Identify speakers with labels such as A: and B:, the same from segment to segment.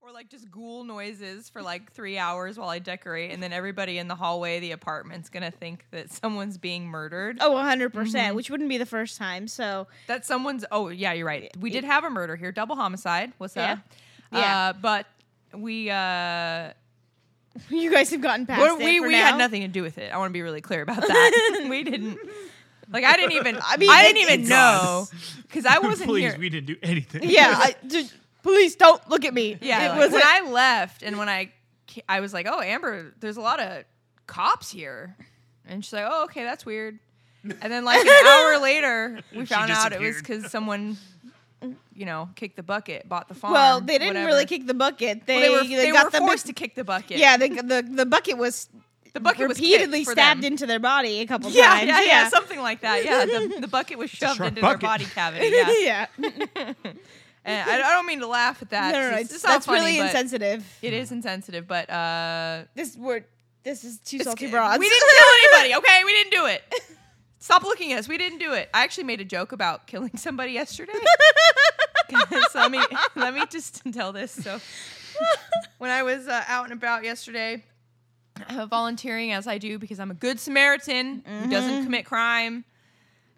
A: Or like just ghoul noises for like three hours while I decorate, and then everybody in the hallway, of the apartment's gonna think that someone's being murdered.
B: Oh, 100%, percent which wouldn't be the first time. So,
A: That someone's. Oh yeah, you're right. We did have a murder here, double homicide. What's
B: Yeah.
A: up?
B: Yeah.
A: Uh, but we uh,
B: you guys have gotten past
A: Well,
B: it.
A: we
B: for
A: we
B: now.
A: had nothing to do with it. I want to be really clear about that. we didn't. Like I didn't even. I
B: mean,
A: mean, I didn't
B: it's-
A: even
B: it's
A: know because I wasn't
C: Please,
A: here.
C: we didn't do anything.
B: Yeah. I, just, please don't look at me.
A: yeah,
B: It
A: like,
B: was
A: when
B: a-
A: I left and when I, ca- I was like, oh Amber, there's a lot of cops here, and she's like, oh okay, that's weird. And then like an hour later, we
C: She
A: found out it was
C: disappeared.
A: because someone, you know, kicked the bucket, bought the farm.
B: well, they didn't
A: whatever.
B: really kick the bucket. They,
A: Well, they were,
B: they
A: they
B: got
A: were
B: the
A: forced to kick the bucket.
B: Yeah, the, the the bucket was
A: the bucket was kicked
B: repeatedly
A: for
B: stabbed
A: them.
B: into their body a couple
A: Yeah,
B: times.
A: yeah, yeah, something like that. Yeah, the, the bucket was shoved
C: sharp
A: into
C: bucket.
A: their body cavity. Yeah,
B: yeah.
A: and I, I don't mean to laugh at that.
B: no, no, no,
A: it's,
B: it's,
A: it's not
B: that's
A: funny,
B: really
A: but
B: insensitive.
A: It is insensitive, but uh,
B: This word, this is too
A: it's
B: salty
A: good.
B: broads.
A: We didn't kill anybody. Okay, we didn't do it. Stop looking at us. We didn't do it. I actually made a joke about killing somebody yesterday. so let me let me just tell this. So when I was uh, out and about yesterday, uh, volunteering as I do because I'm a good Samaritan who doesn't commit crime.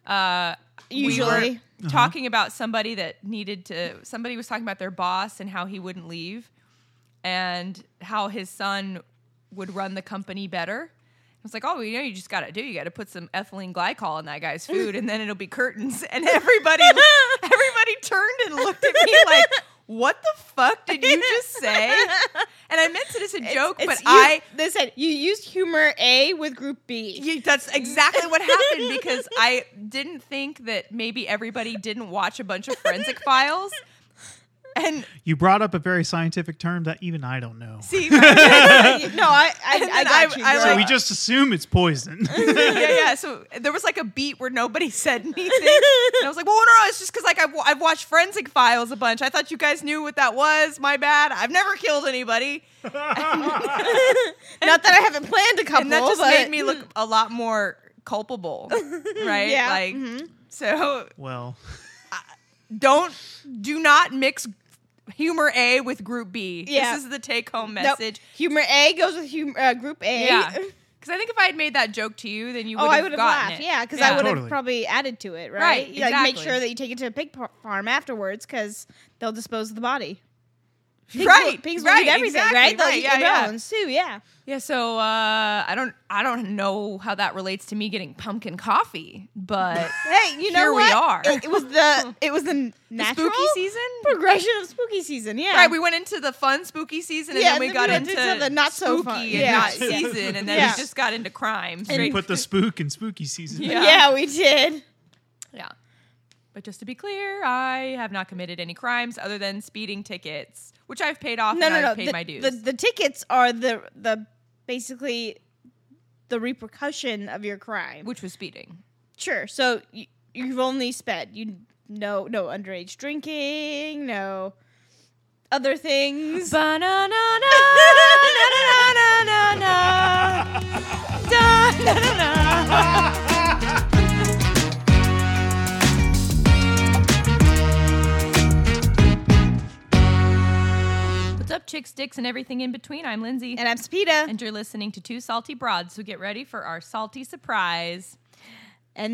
A: Uh,
B: Usually.
A: we were talking about somebody that needed to. Somebody was talking about their boss and how he wouldn't leave, and how his son would run the company better. I was like, oh, you know, you just got to do. You got to put some ethylene glycol in that guy's food, and then it'll be curtains. And everybody, everybody turned and looked at me like, what the fuck did you just say? And I meant it as a joke,
B: It's
A: but
B: you-
A: I.
B: They said you used humor A with group B.
A: you- that's exactly what happened because I didn't think that maybe everybody didn't watch a bunch of forensic files. And
C: You brought up a very scientific term that even I don't know.
A: see, right?
B: no, I I,
A: And
B: I
A: then I-
B: got you.
A: I,
B: girl.
C: so
A: like-
C: we just assume it's poison.
A: yeah, yeah. So there was like a beat where nobody said anything. And I was like, well, no, no, it's just because like I've, I've watched Forensic Files a bunch. I thought you guys knew what that was. My bad. I've never killed anybody.
B: not that I haven't planned a couple,
A: and that just
B: but
A: made me look a lot more culpable, right?
B: Yeah, mm-hmm.
A: Like, so
C: well,
A: don't do not mix humor A with group B.
B: Yeah.
A: This is the take home
B: Nope.
A: message.
B: Humor A goes with humor uh, group A.
A: Yeah. Because I think if I had made that joke to you, then you would
B: Oh,
A: have
B: I would have
A: gotten
B: laughed.
A: it.
B: Yeah, because I would have
C: Totally.
B: probably added to it, right?
A: Right,
B: You, Like make
A: exactly.
B: sure that you take it to a pig par- farm afterwards, because they'll dispose of the body. Pigs
A: Right,
B: will, pigs
A: right,
B: will eat everything,
A: exactly,
B: right? They'll
A: right,
B: eat
A: yeah,
B: the
A: yeah.
B: bones too. Yeah.
A: Yeah, so uh, I don't I don't know how that relates to me getting pumpkin coffee, but
B: Hey, you know
A: Here we
B: what?
A: are.
B: It, it was the it was the natural
A: spooky season.
B: progression of spooky season. Yeah,
A: Right, we went into the fun spooky season, and
B: Yeah,
A: then we got
B: went
A: into,
B: the not so
A: spooky
B: fun.
A: and
B: yeah.
A: not
B: yeah.
A: season, and then
B: Yeah.
A: we just got into crime.
C: we
A: Straight.
C: put the spook in spooky season.
A: Yeah.
B: Yeah. we did.
A: yeah, but just to be clear, I have not committed any crimes other than speeding tickets, which I've paid off.
B: No,
A: and
B: no,
A: I've
B: no.
A: paid
B: the,
A: my dues.
B: The, the tickets are the the basically the repercussion of your crime.
A: which was speeding.
B: Sure. So you, you've only sped. You no no underage drinking. No other things.
A: What's up, chicks, dicks, and everything in between? I'm Lindsay.
B: and I'm Sapita. And,
A: and you're listening to two salty broads, so get ready for our salty surprise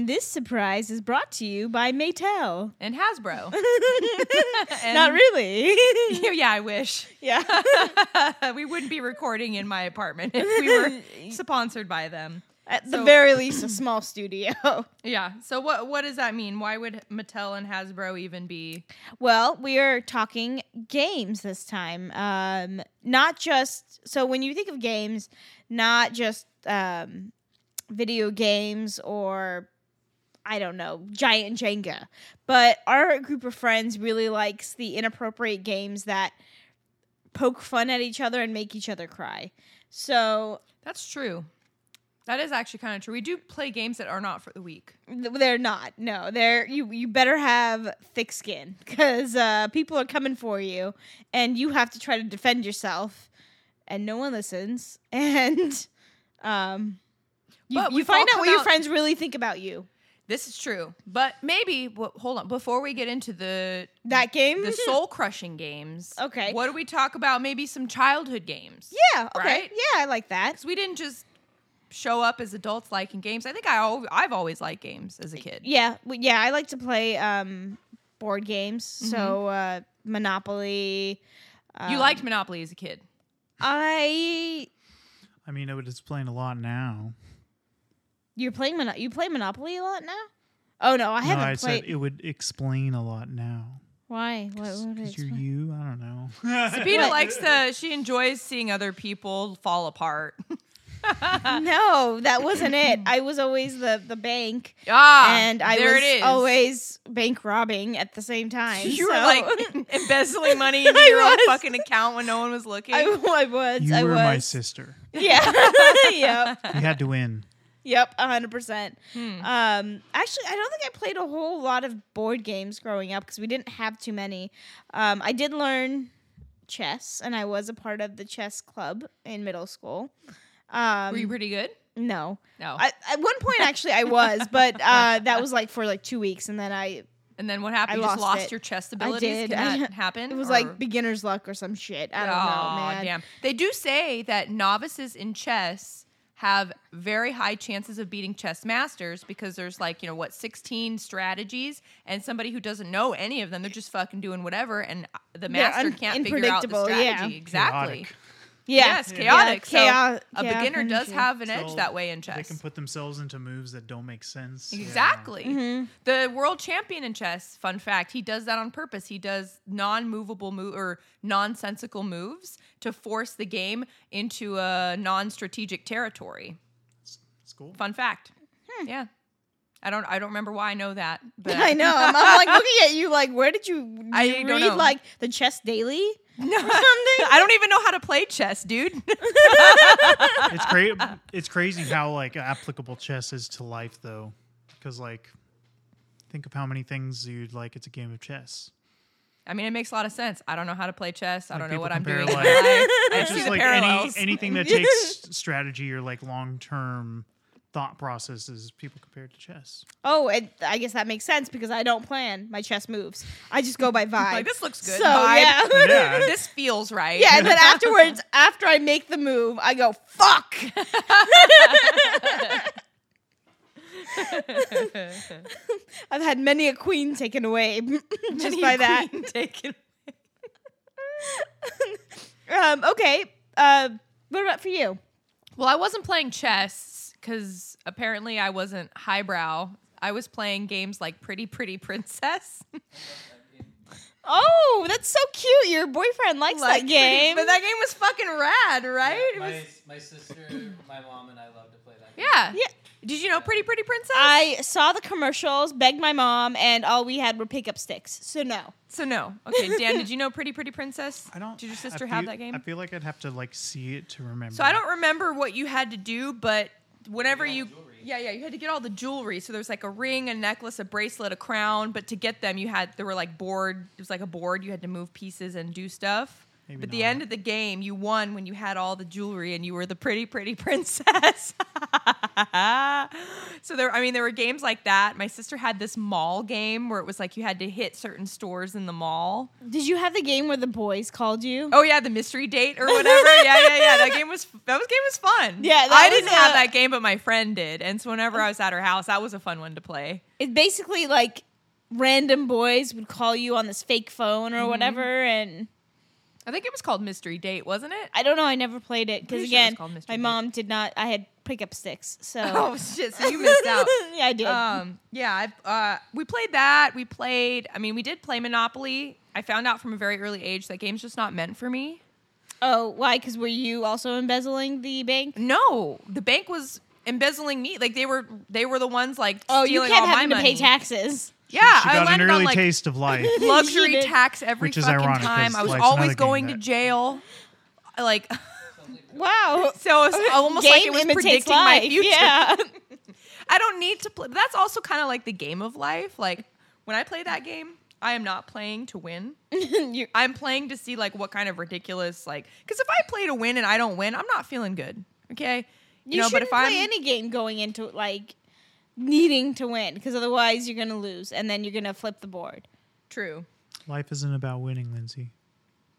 B: this surprise is brought to you by Maytel.
A: and Hasbro. And-
B: Not really.
A: yeah, I wish.
B: yeah.
A: we wouldn't be recording in my apartment if we were sponsored by them.
B: At the
A: So-
B: very least, a small studio.
A: Yeah. So what what does that mean? Why would Mattel and Hasbro even be
B: Well, we are talking games this time. Um, not just so when you think of games, not just um, video games or I don't know, giant Jenga. But our group of friends really likes the inappropriate games that poke fun at each other and make each other cry. So
A: That's true. That is actually kind of true. We do play games that are not for the weak.
B: th- they're not. No, they're you. You better have thick skin because uh, people are coming for you, and you have to try to defend yourself, and no one listens. And um, you,
A: But
B: you
A: we've
B: find
A: all
B: out what
A: come
B: your
A: out-
B: friends really think about you.
A: This is true, but maybe wh- hold on before we get into the
B: That game.
A: the soul crushing games.
B: Okay.
A: what do we talk about? Maybe some childhood games.
B: Yeah. Okay.
A: Right?
B: Yeah, I like that.
A: because we didn't just show up as adults liking games. I think I al- I've always liked games as a kid.
B: Yeah. w- Yeah, I like to play um board games.
A: Mm-hmm.
B: So uh Monopoly.
A: you liked Monopoly as a kid.
B: I
C: I mean, it would explain a lot now.
B: you're playing Mono- you play Monopoly a lot now? Oh no, I
C: no,
B: haven't
C: I
B: played.
C: said it would explain a lot now.
B: Why? What, what did
C: Because
B: it
C: you're
B: explain?
C: you. I don't know.
A: Peter
B: What?
A: likes to. She enjoys seeing other people fall apart.
B: Uh, No, that wasn't it. I was always the the bank,
A: ah,
B: and I
A: there
B: was
A: it is.
B: always bank robbing at the same time.
A: you were
B: so-
A: like embezzling money into
B: I
A: your own
B: was.
A: fucking account when no one was looking.
B: I, I was.
C: you
B: I
C: were
B: was.
C: my sister.
B: Yeah. yep.
C: You had to win.
B: Yep. hundred percent.
A: Hmm.
B: Um. Actually, I don't think I played a whole lot of board games growing up because we didn't have too many. Um. I did learn chess, and I was a part of the chess club in middle school. Um.
A: were you pretty good?
B: no.
A: No.
B: I, at one point, actually, I was, but uh, that was like for like two weeks, and then I
A: and then what happened?
B: I
A: you just
B: lost
A: lost
B: it.
A: your chess
B: I
A: abilities.
B: did.
A: Can that
B: I-
A: happen?
B: It was
A: Or-
B: like beginner's luck or some shit. I don't know,
A: Aw,
B: man.
A: Damn. They do say that novices in chess have very high chances of beating chess masters because there's like, you know, what, 16 strategies and somebody who doesn't know any of them, they're just fucking doing whatever and uh, the master
B: un-
A: can't figure out the
B: unpredictable, yeah.
A: strategy. Exactly.
C: Chaotic.
B: Yeah.
A: Yes,
B: Yeah,
A: chaotic. So
B: chao-
A: a
B: chaotic
A: beginner does
B: energy.
A: have an edge
C: So
A: that way in
C: They
A: chess.
C: can put themselves into moves that don't make sense.
A: Exactly.
B: Mm-hmm.
A: The world champion in chess, fun fact, he does that on purpose. He does non-movable move or nonsensical moves to force the game into a non-strategic territory.
C: It's cool.
A: Fun fact. Yeah. I don't I don't remember why I know that, but
B: Hmm. I know. I'm, I'm like looking at you, like, where did you? Did
A: I
B: you
A: don't
B: read
A: know.
B: like the Chess Daily?
A: No. I don't even know how to play chess, dude.
C: it's cra- It's crazy how like applicable chess is to life, though, because like, think of how many things you'd like. It's a game of chess.
A: I mean, it makes a lot of sense. I don't know how to play chess. I
C: Like,
A: don't know
C: people
A: what I'm
C: compare,
A: doing. in my
C: like-
A: life. I
C: It's
A: see
C: just
A: the
C: like any,
A: parallels.
C: anything that takes strategy or like long term thought processes. People compare to chess.
B: Oh, it, I guess that makes sense because I don't plan my chess moves. I just go by vibe.
A: Like, this looks good.
B: So
A: Vibe.
B: yeah,
C: Yeah,
A: this feels right.
B: yeah. And then afterwards, after I make the move, I go fuck. I've had many a queen taken away just by that.
A: Taken.
B: Um, okay. Uh, what about for you?
A: Well, I wasn't playing chess because apparently I wasn't highbrow. I was playing games like Pretty Pretty Princess.
B: Oh, that's so cute. Your boyfriend likes
A: Like
B: that
A: Pretty-
B: game.
A: but that game was fucking rad, right? It
D: My,
A: was-
D: my sister, my mom, and I love to play that. game.
A: yeah.
B: Yeah.
A: Did you know Pretty Pretty Princess?
B: I saw the commercials, begged my mom, and all we had were pickup sticks. So no.
A: so no. Okay, Dan, did you know Pretty Pretty Princess?
C: I don't.
A: Did your
C: I
A: sister
C: feel-
A: have that game?
C: I feel like I'd have to like see it to remember.
A: So I don't remember what you had to do, but whenever you,
D: all the jewelry.
A: yeah, yeah, you had to get all the jewelry. So there was like a ring, a necklace, a bracelet, a crown. But to get them, you had there were like board. It was like a board. You had to move pieces and do stuff.
C: Maybe
A: but the
C: not.
A: end of the game, you won when you had all the jewelry and you were the pretty, pretty princess. so there, I mean, there were games like that. My sister had this mall game where it was like you had to hit certain stores in the mall.
B: Did you have the game where the boys called you?
A: Oh yeah, the mystery date or whatever. yeah, yeah, yeah. That game was that was game was fun.
B: Yeah, that
A: I
B: was
A: didn't have
B: a-
A: that game, but my friend did. And so whenever I was at her house, that was a fun one to play.
B: It's basically like random boys would call you on this fake phone or
A: Mm-hmm.
B: whatever, and
A: I think it was called mystery date, wasn't it?
B: I don't know. I never played it because
A: Pretty sure it was
B: again,
A: called Mr.
B: my
A: Big.
B: mom did not. I had pickup sticks, so
A: Oh shit! So you missed out.
B: yeah, I did.
A: um, yeah, I, uh, we played that. We played. I mean, we did play Monopoly. I found out from a very early age that game's just not meant for me.
B: oh, why? Because were you also embezzling the bank?
A: No, the bank was embezzling me. Like they were, they were the ones like
B: Oh, you
A: stealing
B: kept
A: all my
B: having to
A: money.
B: pay taxes.
A: Yeah,
C: She
A: I
C: got an
A: landed on,
C: early
A: like,
C: taste of life.
B: She
A: luxury
B: did.
A: tax every
C: Which is
A: fucking
C: ironic, 'cause
A: time. I was
C: life's another
A: always
C: game
A: going to
C: that-
A: jail. Like
B: Wow.
A: so, it's almost like it was
B: imitates
A: predicting my
B: life,
A: future.
B: Yeah.
A: I don't need to play. That's also kind of like the game of life. Like when I play that game, I am not playing to win.
B: You-
A: I'm playing to see like what kind of ridiculous like because if I play to win and I don't win, I'm not feeling good. Okay,
B: You, shouldn't play any game going into like needing to win because otherwise you're going to lose and then you're going to flip the board.
A: True.
C: Life isn't about winning, Lindsay.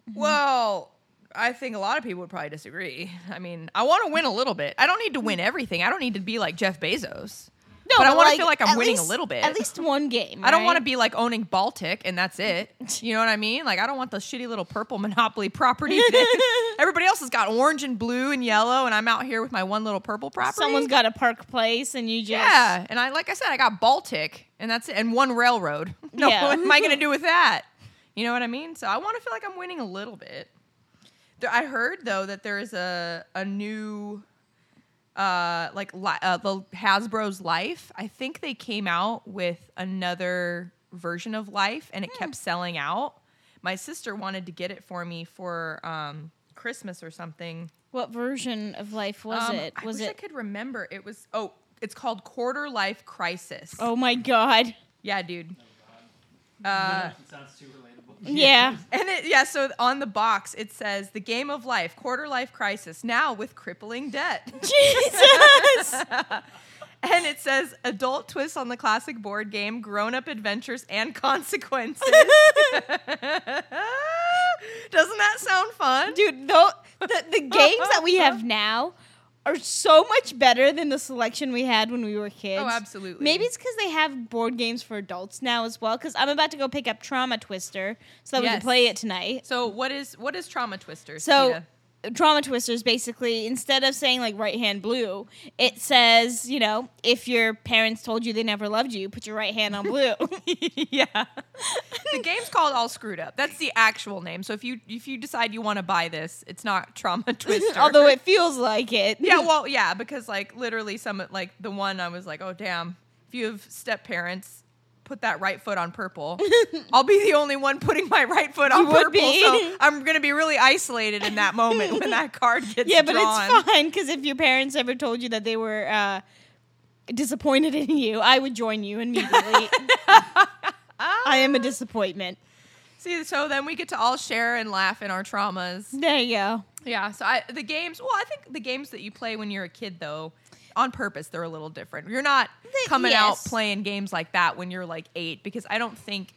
B: Mm-hmm.
A: Well, I think a lot of people would probably disagree. I mean, I want to win a little bit. I don't need to
B: Mm.
A: win everything. I don't need to be like Jeff Bezos.
B: No,
A: But I wanna feel like I'm
B: at
A: winning a
B: least-
A: little bit.
B: At least one game.
A: I don't
B: right?
A: want to be like owning Baltic and that's it. You know what I mean? Like I don't want the shitty little purple monopoly property. that- Everybody else has got orange and blue and yellow, and I'm out here with my one little purple property.
B: Someone's got a park place and you just.
A: yeah. And I like I said, I got Baltic and that's it, and one railroad. No,
B: Yeah.
A: what am I going to do with that? You know what I mean? So I want to feel like I'm winning a little bit. There, I heard though that there is a a new. Uh, like li- uh, the Hasbro's Life, I think they came out with another version of Life, and it kept selling out. My sister wanted to get it for me for um, Christmas or something.
B: What version of life was
A: Um,
B: it?
A: I
B: Was
A: wish I
B: it?
A: could remember. It was oh, it's called Quarter Life Crisis.
B: Oh my god.
A: yeah, dude. Uh,
D: it sounds too relatable.
A: Mm-hmm.
B: Yeah.
A: and it, yeah, so on the box it says the game of life, quarter life crisis. Now with crippling debt.
B: Jesus.
A: And it says adult twists on the classic board game, grown up adventures and consequences. Doesn't that sound fun?
B: Dude, though the, the games that we have now are so much better than the selection we had when we were kids.
A: Oh, absolutely.
B: Maybe it's because they have board games for adults now as well. Because I'm about to go pick up Trauma Twister so that we can
A: Yes.
B: play it tonight.
A: So what is what is trauma twister?
B: So,
A: Tina?
B: Trauma Twisters basically, instead of saying like right hand blue, it says, you know, if your parents told you they never loved you, put your right hand on blue.
A: yeah. the game's called All Screwed Up. That's the actual name. So if you if you decide you want to buy this, it's not Trauma Twister.
B: Although it feels like it.
A: yeah, well, yeah, because like literally some like the one I was like, oh damn, if you have step parents, put that right foot on purple. I'll be the only one putting my right foot on
B: You would
A: purple,
B: be.
A: so I'm gonna be really isolated in that moment when that card gets
B: yeah, but
A: drawn.
B: it's fine because if your parents ever told you that they were uh, disappointed in you, I would join you immediately. I am a disappointment.
A: See, so then we get to all share and laugh in our traumas.
B: There you go.
A: Yeah. So I the games. Well, I think the games that you play when you're a kid, though, on purpose, they're a little different. You're not coming out
B: yes.
A: playing games like that when you're like eight, because I don't think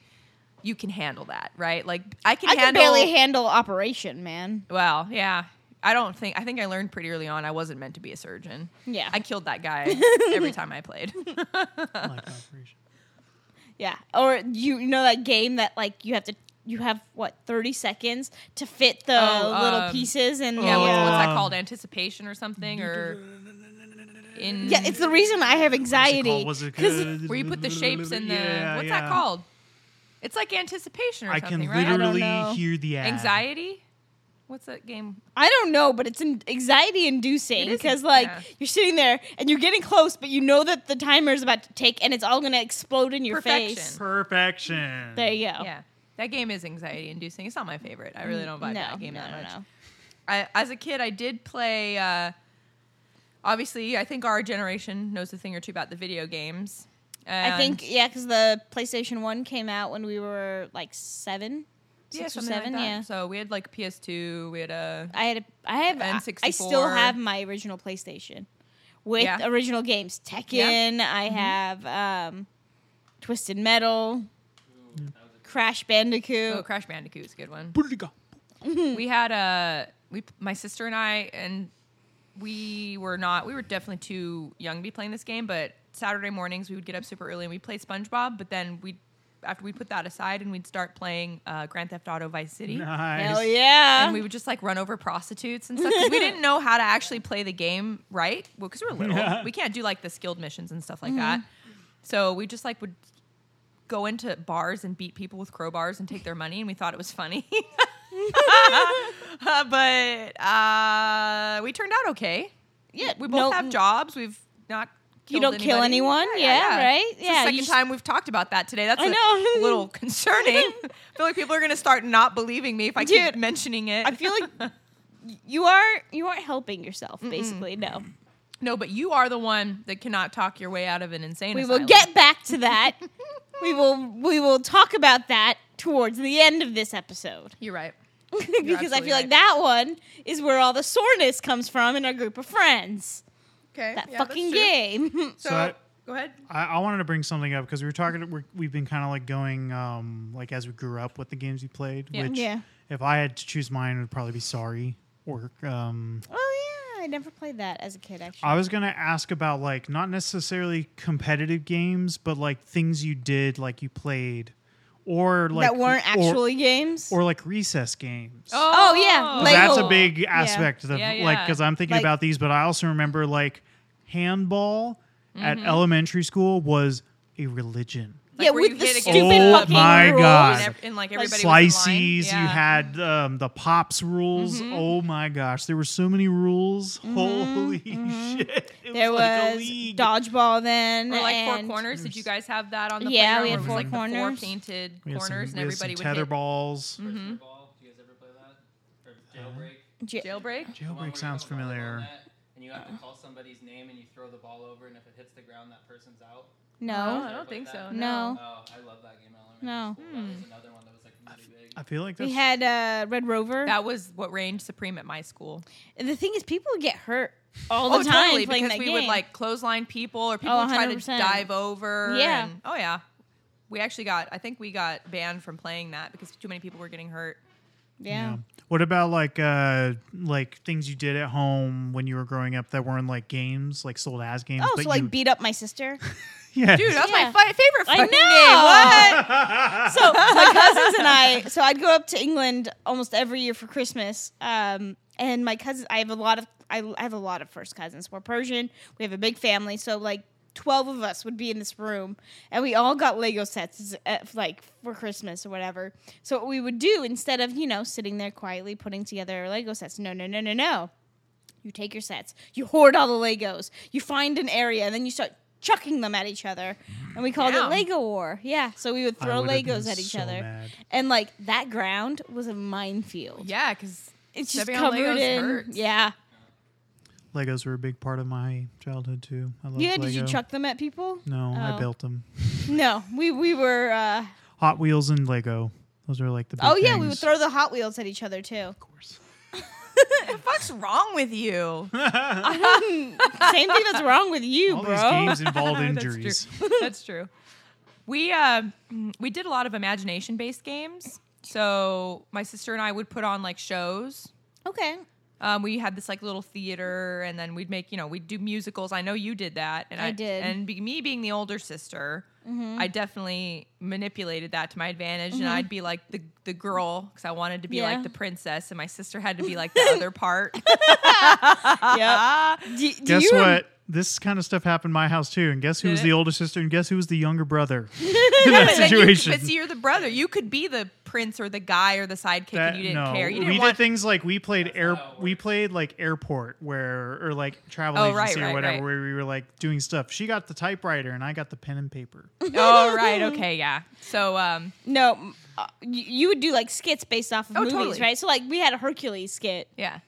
A: you can handle that, right? Like I can
B: I can
A: handle.
B: barely handle operation, man.
A: well, yeah. I don't think. I think I learned pretty early on I wasn't meant to be a surgeon.
B: Yeah.
A: I killed that guy every time I played.
C: I like operation.
B: Yeah. Or you know that game that like you have to you have what 30 seconds to fit the
A: Oh,
B: little
A: um,
B: pieces and
A: yeah. What's, what's that
C: Um,
A: called? Anticipation or something or. In,
B: Yeah, it's the reason I have
C: What's it
B: anxiety.
C: called? Was it
B: 'cause-
C: good?
A: where you put the shapes in the
C: Yeah,
A: what's
C: yeah.
A: that called? It's like anticipation or
C: I can
A: something, right?
C: literally
B: know.
C: hear the ad.
A: Anxiety? What's that game?
B: I don't know, but it's an anxiety inducing
A: It is,
B: because like
A: yeah.
B: you're sitting there and you're getting close, but you know that the timer is about to tick and it's all gonna explode in your face.
A: Perfection.
C: Perfection.
B: There you go.
A: Yeah. That game is anxiety inducing. It's not my favorite. I really don't vibe
B: Mm, no,
A: with that game
B: no,
A: that
B: no,
A: much.
B: no.
A: I, as a kid, I did play. Uh, obviously, I think our generation knows a thing or two about the video games.
B: I think
A: And-
B: yeah, because the PlayStation One came out when we were like seven,
A: yeah,
B: six or
A: something like
B: seven.
A: that.
B: yeah,
A: So we had like PS2. We had a
B: I had a, I have I- I still
A: N64.
B: have my original PlayStation with
A: Yeah. Mm-hmm.
B: original games. Tekken, I have um, Twisted Metal, Crash Bandicoot.
A: oh, Crash Bandicoot was a good one.
C: Bulga.
A: we had a we my sister and I and we were not we were definitely too young to be playing this game, but Saturday mornings we would get up super early and we'd play SpongeBob, but then we would after we put that aside and we'd start playing uh, Grand Theft Auto Vice City.
C: Nice.
B: Hell yeah!
A: And we would just like run over prostitutes and stuff. 'cause we didn't know how to actually play the game right. Well, because we were little,
C: Yeah.
A: we can't do like the skilled missions and stuff like that. So we just like would go into bars and beat people with crowbars and take their money, and we thought it was funny. Uh, but uh, we turned out okay.
B: yeah,
A: We both
B: no-
A: have jobs. We've not.
B: You
A: killed
B: don't kill
A: anybody.
B: anyone? Yeah, right?
A: It's
B: Yeah,
A: the
B: you
A: second
B: just-
A: time we've talked about that today. That's
B: I
A: a
B: know.
A: little concerning. I feel like people are going to start not believing me if I keep
B: Dude,
A: mentioning it.
B: I feel like you are you aren't helping yourself. Basically, no.
A: No, but you are the one that cannot talk your way out of an insane.
B: We
A: asylum.
B: will get back to that. we will we will talk about that towards the end of this episode.
A: You're right.
B: because I
A: absolutely
B: feel like
A: right.
B: that one is where all the soreness comes from in our group of friends.
A: Okay.
B: That fucking game.
A: So,
C: So I,
A: Go ahead.
C: I, I wanted to bring something up because we were talking. We're, we've been kind of like going, um, like as we grew up with the games we played.
A: Yeah.
C: Which,
B: Yeah.
C: if I had to choose mine, it would probably be Sorry or um,
B: Oh yeah, I never played that as a kid. Actually,
C: I was gonna ask about like not necessarily competitive games, but like things you did, like you played, or like
B: that weren't
C: or-
B: actually games.
C: or, like recess games.
B: Oh, yeah.
C: 'Cause
B: Play
C: that's a
B: hole.
C: big
B: Yeah.
C: aspect of
A: Yeah,
C: like
A: yeah.
C: because I'm thinking
B: Like-
C: about these, but I also remember like handball at
B: Mm-hmm.
C: elementary school was a religion.
A: Like
B: yeah,
A: where
B: with
A: you
B: the
A: hit
B: stupid
A: against
C: Oh
B: fucking
C: my
B: rules.
C: God.
A: And, ev- and, like everybody was in line.
C: Slices,
A: Yeah.
C: you had um, the pops rules.
B: Mm-hmm.
C: Oh my gosh, there were so many rules. Holy shit! It
B: Mm-hmm. There
C: was, like a
B: was
C: league.
B: dodgeball then,
A: Or like
B: and
A: four corners. Did you guys have that on the
B: Yeah,
A: playground
B: we
A: where
B: had
A: it was
B: four
A: like the four
B: corners.
A: painted
C: We had some-
A: corners
C: we
A: and
C: had
A: everybody
C: some
A: would
C: tether
A: hit
C: balls.
B: Mm-hmm.
D: Virtual ball. Do you guys ever play that? Or jailbreak?
B: J-
A: jailbreak.
D: The one where you
C: Jailbreak
D: put
C: sounds
D: a volleyball
C: familiar.
D: net And you have to call somebody's name and you throw the ball over, and if it hits the ground, that person's out.
A: No, Oh, I
B: no,
A: don't think so.
B: No.
D: Oh, I love that game. in
B: No.
D: elementary school.
A: Hmm.
D: That was another one that was like really big.
C: I feel like that's
B: we had uh, Red Rover.
A: Oh. That was what reigned supreme at my school.
B: And the thing is, people would get hurt all the
A: oh,
B: time
A: totally,
B: playing
A: because
B: that
A: we
B: game.
A: would like clothesline people or people would try to
B: 100%.
A: dive over.
B: Yeah.
A: and- oh yeah. We actually got. I think we got banned from playing that because too many people were getting hurt.
B: yeah.
C: What about like uh like things you did at home when you were growing up that weren't like games, like sold as games?
B: Oh,
C: but
B: so like
C: you,
B: beat up my sister.
C: yeah,
A: Dude, that's
B: Yeah.
A: my fi- favorite
B: I
A: fucking
B: know.
A: game. What?
B: so my cousins and I, so I'd go up to England almost every year for Christmas. Um, and my cousins, I have a lot of, I, I have a lot of first cousins. We're Persian. We have a big family, so like twelve of us would be in this room, and we all got Lego sets at, like for Christmas or whatever. So what we would do instead of you know sitting there quietly putting together Lego sets, no, no, no, no, no. You take your sets, you hoard all the Legos, you find an area, and then you start chucking them at each other. And we called
A: Damn.
B: it Lego War. Yeah. So we would
C: I
B: throw
C: would've been
B: Legos at each
C: so
B: other.
C: mad.
B: And like that ground was a minefield.
A: Yeah, because
B: It's just
A: Stepping on
B: covered
A: Legos
B: in
A: hurts.
B: Yeah.
C: Legos were a big part of my childhood too. I loved
B: Yeah,
C: Lego.
B: did you chuck them at people?
C: No, I
B: Oh.
C: built them.
B: No. We we were uh
C: Hot Wheels and Lego. Those were like the. Big
B: Oh yeah, we would
C: things.
B: throw the hot wheels at each other too.
C: Of course.
A: the fuck's wrong with you?
B: Same thing that's wrong with you,
C: All
B: bro.
C: these games involve
A: That's true.
C: injuries.
A: That's true. We uh, we did a lot of imagination based games. So my sister and I would put on like shows.
B: Okay.
A: Um, we had this like little theater, and then we'd make you know we'd do musicals. I know you did that, and
B: I did. Mm-hmm.
A: And be, me being the older sister, I definitely manipulated that to my advantage, and I'd be like the the girl because I wanted to be
B: Yeah.
A: like the princess, and my sister had to be like the other part.
B: Yeah. do, do
C: Guess
B: you rem-
C: what? This kind of stuff happened in my house too. And guess who
A: Did
C: was
A: it?
C: the older sister? And guess who was the younger brother? in that
A: But then you-
C: situation.
A: but see, you're the brother. You could be the prince or the guy or the sidekick, and
C: That-
A: you didn't
C: no.
A: care. You
C: we
A: didn't want
C: did things like we played air.
D: how it
C: We
D: works.
C: played like airport where or like travel
A: Oh, right,
C: agency
A: right,
C: or whatever
A: right.
C: where we were like doing stuff. She got the typewriter and I got the pen and paper.
A: oh right okay yeah so um
B: No, m- uh, you, you would do like skits based off of
A: Oh,
B: movies,
A: totally.
B: right? So like we had a Hercules skit.
A: yeah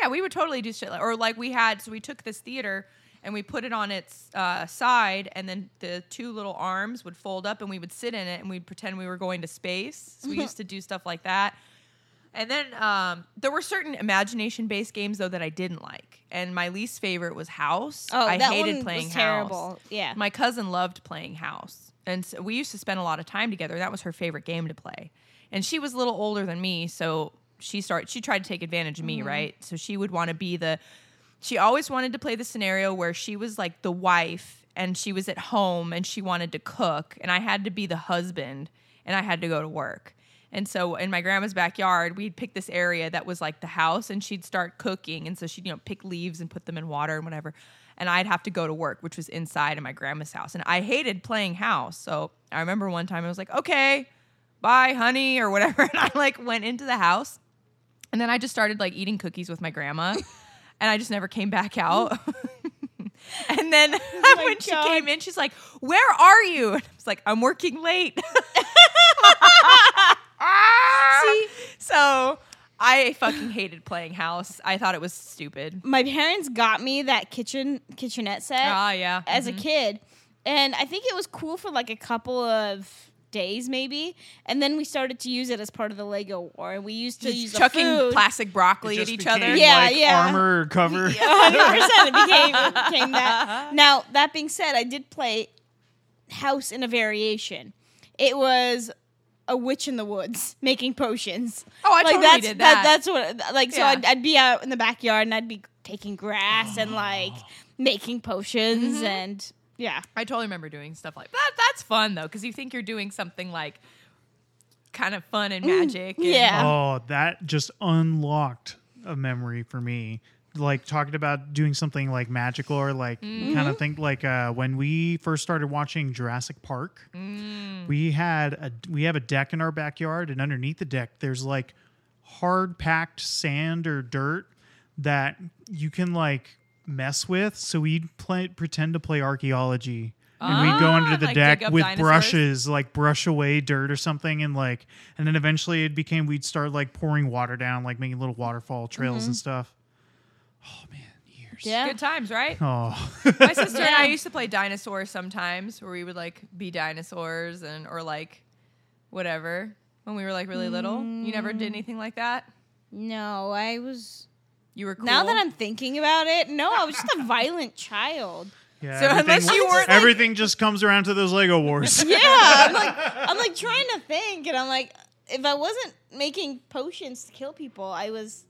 A: yeah we would totally do shit like or like we had so we took this theater and we put it on its uh, side and then the two little arms would fold up and we would sit in it and we'd pretend we were going to space
B: Mm-hmm.
A: so we used to do stuff like that and then um, there were certain imagination based games though that i didn't like and my least favorite was house
B: Oh,
A: i
B: that
A: hated
B: one
A: playing house
B: was terrible. Yeah.
A: My cousin loved playing house, and so we used to spend a lot of time together. That was her favorite game to play, and she was a little older than me, so she started. She tried to take advantage of me, right? So she would want to be the. She always wanted to play the scenario where she was like the wife and she was at home and she wanted to cook, and I had to be the husband and I had to go to work. And so in my grandma's backyard, we'd pick this area that was like the house and she'd start cooking. And so she'd, you know, pick leaves and put them in water and whatever. And I'd have to go to work, which was inside in my grandma's house. And I hated playing house. So I remember one time I was like, okay, bye, honey, or whatever. And I like went into the house and then I just started like eating cookies with my grandma. And I just never came back out. and then
B: Oh my
A: when she
B: God.
A: came in, she's like, Where are you? And I was like, I'm working late.
B: See,
A: So I fucking hated playing house. I thought it was stupid.
B: my parents got me that kitchen kitchenette set
A: Ah, yeah.
B: as a kid, and I think it was cool for like a couple of days maybe, and then we started to use it as part of the Lego War, and we used to use
A: Just
B: the
A: chucking
B: food.
A: plastic broccoli at
C: just
A: each
C: became,
A: other.
B: Yeah,
C: like,
B: yeah.
C: Armor cover.
B: hundred percent. It became it became that. Now that being said, I did play House in a variation. It was a witch in the woods making potions.
A: Oh, I
B: like
A: totally
B: that's,
A: did that.
B: That's what like. So
A: Yeah.
B: I'd, I'd be out in the backyard and I'd be taking grass
A: Oh.
B: and like making potions
A: Mm-hmm.
B: and yeah.
A: I totally remember doing stuff like that. That's fun though, because you think you're doing something like kind of fun and magic. and-
B: Mm, yeah.
C: Oh, that just unlocked a memory for me. Like talking about doing something like magical or like kind of think like uh, when we first started watching Jurassic Park, we had a we have a deck in our backyard, and underneath the deck there's like hard packed sand or dirt that you can like mess with. So we'd play pretend to play archaeology. And we'd go
A: Ah,
C: under the
A: like dig
C: deck
A: up
C: with
A: dinosaurs?
C: brushes is like brush away dirt or something and like and then eventually it became we'd start like pouring water down like making little waterfall trails
A: Mm-hmm.
C: and stuff oh man years
B: Yeah.
A: Good times, right?
C: oh
A: My sister and I
B: Yeah.
A: used to play dinosaurs sometimes, where we would like be dinosaurs and or like whatever when we were like really little. You never did
B: Mm.
A: anything like that.
B: No, I was.
A: You were cool.
B: Now that I'm thinking about it, no, I was just a violent child.
C: yeah
A: So
C: everything,
A: unless you were-
C: everything just comes around to those lego wars
B: Yeah, I'm like, I'm like trying to think, and I'm like, if I wasn't making potions to kill people, I was.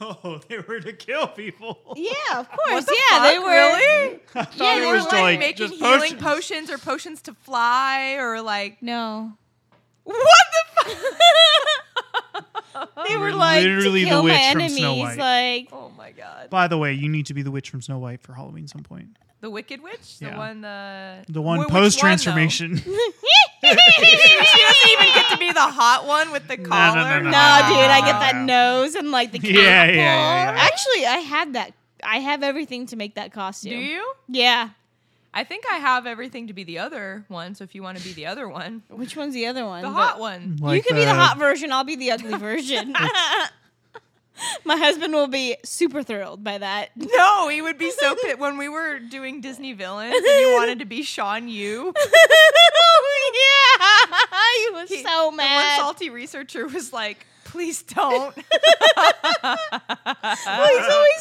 C: oh they were to kill people
B: Yeah, of
A: What
B: course.
A: the
B: yeah, they
A: fuck?
B: were.
A: really
C: I thought
B: Yeah,
C: it
B: they
C: was
B: were,
C: to
B: like,
C: like
A: making
C: just
A: healing
C: potions.
A: potions. or potions to fly or like
B: No,
A: what the fuck?
B: they were
C: You're
B: like
C: literally
B: to
C: the
B: kill my
C: witch from
B: enemies.
C: Snow White.
B: Like,
A: oh my god,
C: by the way you need to be the witch from snow white for halloween some point
A: the Wicked Witch, the
C: Yeah.
A: one the
C: the
A: Wh-
C: one
A: which
C: post
A: though?
C: transformation
A: she doesn't even get to be the hot one with the collar.
C: no,
B: no,
C: no,
B: dude, I get that nose and like the
C: Yeah, yeah,
B: cackle.
C: yeah, yeah.
B: Actually, I had that. I have everything to make that costume.
A: Do you?
B: Yeah.
A: I think I have everything to be the other one. So if you want to be the other one,
B: Which one's the other one?
A: the
B: But-
A: hot one.
B: you
C: Like
B: can be the hot version. I'll be the ugly version. My husband will be super thrilled by that.
A: No, he would be so pit when we were doing Disney villains and you wanted to be Sean Yu.
B: yeah, he was
A: He-
B: so
A: The one
B: mad.
A: salty researcher was like, "Please don't."
B: he's
C: Uh,
B: always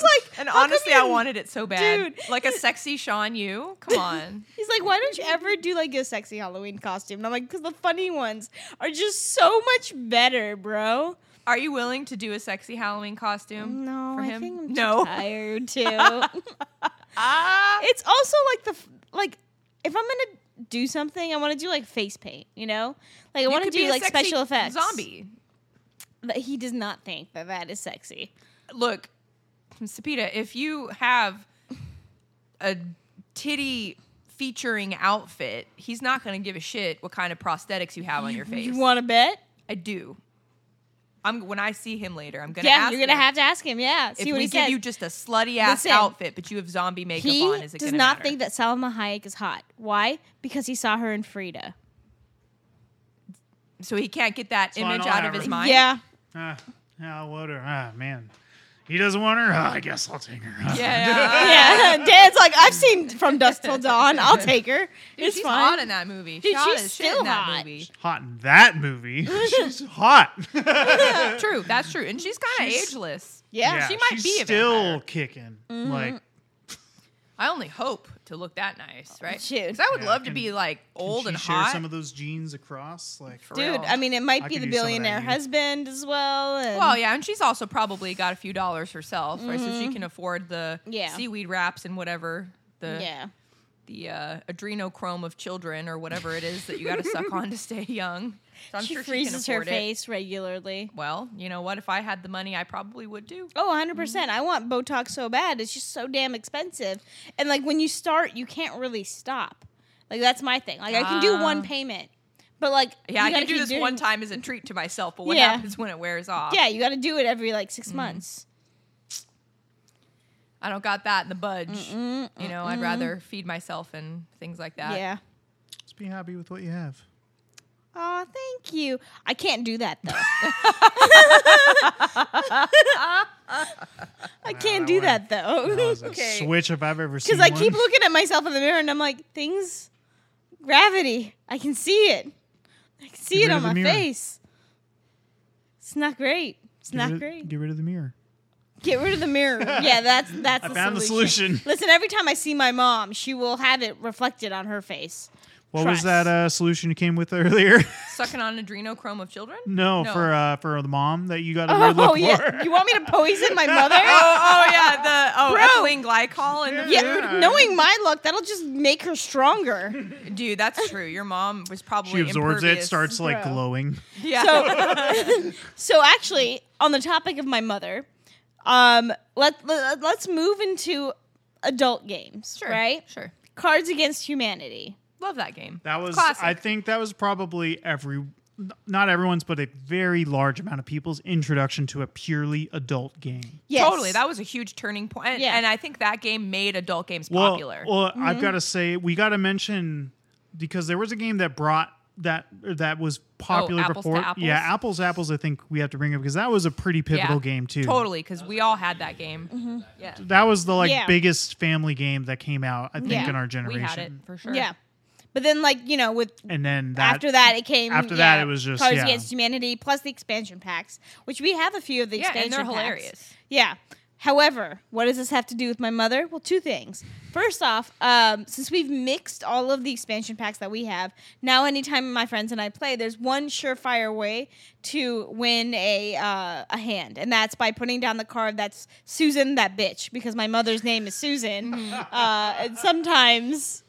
B: like,
A: And
B: "How come
A: honestly,
B: you
A: I
B: didn't-"
A: wanted it so bad.
B: Dude.
A: like a sexy Sean Yu. Come on.
B: He's like, why don't you ever do like a sexy Halloween costume? And I'm like, because the funny ones are just so much better, bro.
A: Are you willing to do a sexy Halloween costume?
B: No,
A: For
B: I
A: him?
B: think I'm too
A: No.
B: tired too.
A: Ah.
B: it's also like the f- like if I'm gonna do something, I want to do like face paint. You know, like I want to do like special effects.
A: Zombie.
B: But he does not think that that is sexy.
A: look, Sapita, if you have a titty featuring outfit, he's not going to give a shit what kind of prosthetics you have on your face.
B: You want to bet?
A: I do. I'm when I see him later, I'm going to
B: Yeah,
A: ask
B: you're gonna
A: him
B: have to ask him. Yeah,
A: if
B: see what
A: we
B: he
A: give
B: says.
A: you just a slutty ass
B: Listen,
A: outfit, but you have zombie makeup on,
B: he
A: is it
B: does
A: gonna
B: not
A: matter?
B: think that Salma Hayek is hot. Why? Because he saw her in Frida.
A: so he can't get that
C: why I
A: image
C: don't
A: out of
C: have
A: his
C: her.
A: mind.
B: Yeah,
C: Ah, ah, what her? Ah, man. He doesn't want her? Ah, I guess I'll take her. Ah.
A: Yeah,
B: yeah. Dan's like, I've seen From Dusk Till Dawn. I'll take her.
A: Dude,
B: it's
A: she's
B: fine.
A: hot in that movie.
B: Dude,
A: she's hot
B: she's
A: as shit
B: still
A: in that
B: hot.
A: movie.
C: Hot in that movie. She's hot.
A: True, that's true, and she's kind of ageless.
B: yeah.
A: she might
C: she's
A: be a
C: still
A: vampire.
C: kicking.
B: Mm-hmm.
C: Like,
A: I only hope to look that nice, right?
B: Oh, Dude.
A: Because I would
C: Yeah,
A: love to
C: can-
A: be like old
C: can she
A: and
C: share
A: hot.
C: some of those genes across? Like,
A: for
B: Dude,
A: real.
B: I mean, it might
C: I
B: be
C: could
B: the
C: use some of that
B: billionaire
C: you.
B: husband as well. And
A: well, yeah, and she's also probably got a few dollars herself, right? So she can afford the
B: Mm-hmm. Yeah.
A: seaweed wraps and whatever the
B: yeah.
A: the uh, adrenochrome of children or whatever it is that you got to suck on to stay young. So I'm
B: she
A: sure
B: freezes
A: she can
B: her
A: afford it.
B: face regularly.
A: Well, you know what? If I had the money, I probably would do.
B: Oh, 100%. percent
A: Mm-hmm.
B: I want Botox so bad. It's just so damn expensive. And like when you start, you can't really stop. Like that's my thing. Like I can do one
A: Ah.
B: payment. But like
A: Yeah,
B: you
A: I
B: gotta
A: can do
B: keep
A: this
B: doing-
A: one time as a treat to myself, but what
B: Yeah.
A: happens when it wears off?
B: Yeah, you got to do it every like
A: Mm-hmm.
B: 6 months.
A: I don't got that in the budge. You know, I'd rather feed myself and things like that.
B: Yeah.
C: just be happy with what you have.
B: Oh, thank you. I can't do that though. I can't do that
C: That
B: though.
C: was a
A: Okay.
C: switch if I've ever seen
B: Cuz I keep
C: one.
B: looking at myself in the mirror and I'm like, things gravity. I can see it. I can see it
C: rid
B: on
C: of the
B: my
C: mirror.
B: face. It's not great. It's
C: Get
B: not
C: rid-
B: great.
C: Get rid of the mirror.
B: Get rid of the mirror. Yeah, that's that's.
C: I found the solution.
B: Listen, every time I see my mom, she will have it reflected on her face.
C: What was
B: Trust.
C: that uh, solution you came with earlier?
A: Sucking on adrenochrome of children?
C: no,
A: No.
C: for uh, for the mom that you got a weird look
B: Oh
C: for.
B: yeah, you want me to poison my mother?
A: Oh, oh yeah, the oh
B: Bro.
A: ethylene glycol and the
B: yeah,
C: yeah.
B: knowing my luck, that'll just make her stronger.
A: dude. That's true. Your mom was probably
C: She absorbs
A: impervious.
C: it, starts like
B: Bro.
C: glowing.
A: Yeah.
B: So actually, on the topic of my mother, um, let, let let's move into adult games,
A: sure.
B: right?
A: Sure.
B: Cards Against Humanity.
A: Love that game.
C: That was,
A: classic.
C: I think, that was probably every, n- not everyone's, but a very large amount of people's introduction to a purely adult game.
B: Yes.
A: Totally. That was a huge turning point. And,
B: Yeah.
A: and I think that game made adult games
C: Well,
A: popular. Mm-hmm.
C: well, I've got to say, we got to mention because there was a game that brought that that was popular
A: Oh, Apples to
C: before.
A: Apples?
C: Yeah, apples, to apples. I think we have to bring up because that was a pretty pivotal game too.
A: Totally, because we all had that game.
B: Mm-hmm.
A: Yeah.
C: That was the like
B: Yeah.
C: biggest family game that came out, I think,
B: Yeah.
C: in our
A: We
C: generation.
A: had it for sure.
B: yeah. But then, like you know, with
C: And then that,
B: after that, it came.
C: after
B: yeah,
C: that, it was just,
B: Cards
C: yeah.
B: Against Humanity plus the expansion packs, which we have a few of the
A: Yeah, and
B: expansion
A: they're
B: packs.
A: hilarious.
B: Yeah. However, what does this have to do with my mother? Well, two things. First off, um, since we've mixed all of the expansion packs that we have, now anytime my friends and I play, there's one surefire way to win a uh, a hand, and that's by putting down the card that's Susan, that bitch, because my mother's name is Susan, uh, and sometimes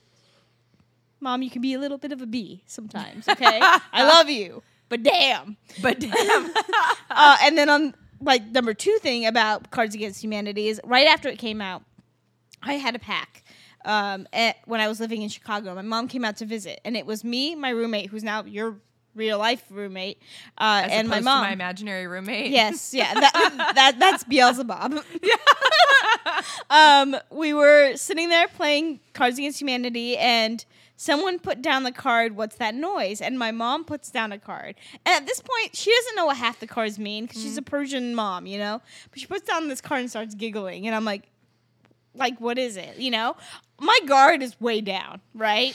B: Mom, you can be a little bit of a bee sometimes, okay? I love you, but damn.
A: But damn,
B: Uh, and then on like number two thing about Cards Against Humanity is right after it came out, I had a pack. Um, at, when I was living in Chicago, my mom came out to visit, and it was me, my roommate, who's now your real life roommate, uh,
A: As
B: and my
A: opposed
B: mom.
A: to my imaginary roommate.
B: Yes, yeah, that, that that's Beelzebub. um, we were sitting there playing Cards Against Humanity, and someone put down the card. What's that noise? And my mom puts down a card. And at this point, she doesn't know what half the cards mean because she's a Persian mom, you know. But she puts down this card and starts giggling, and I'm like, like, what is it? You know, my guard is way down, right?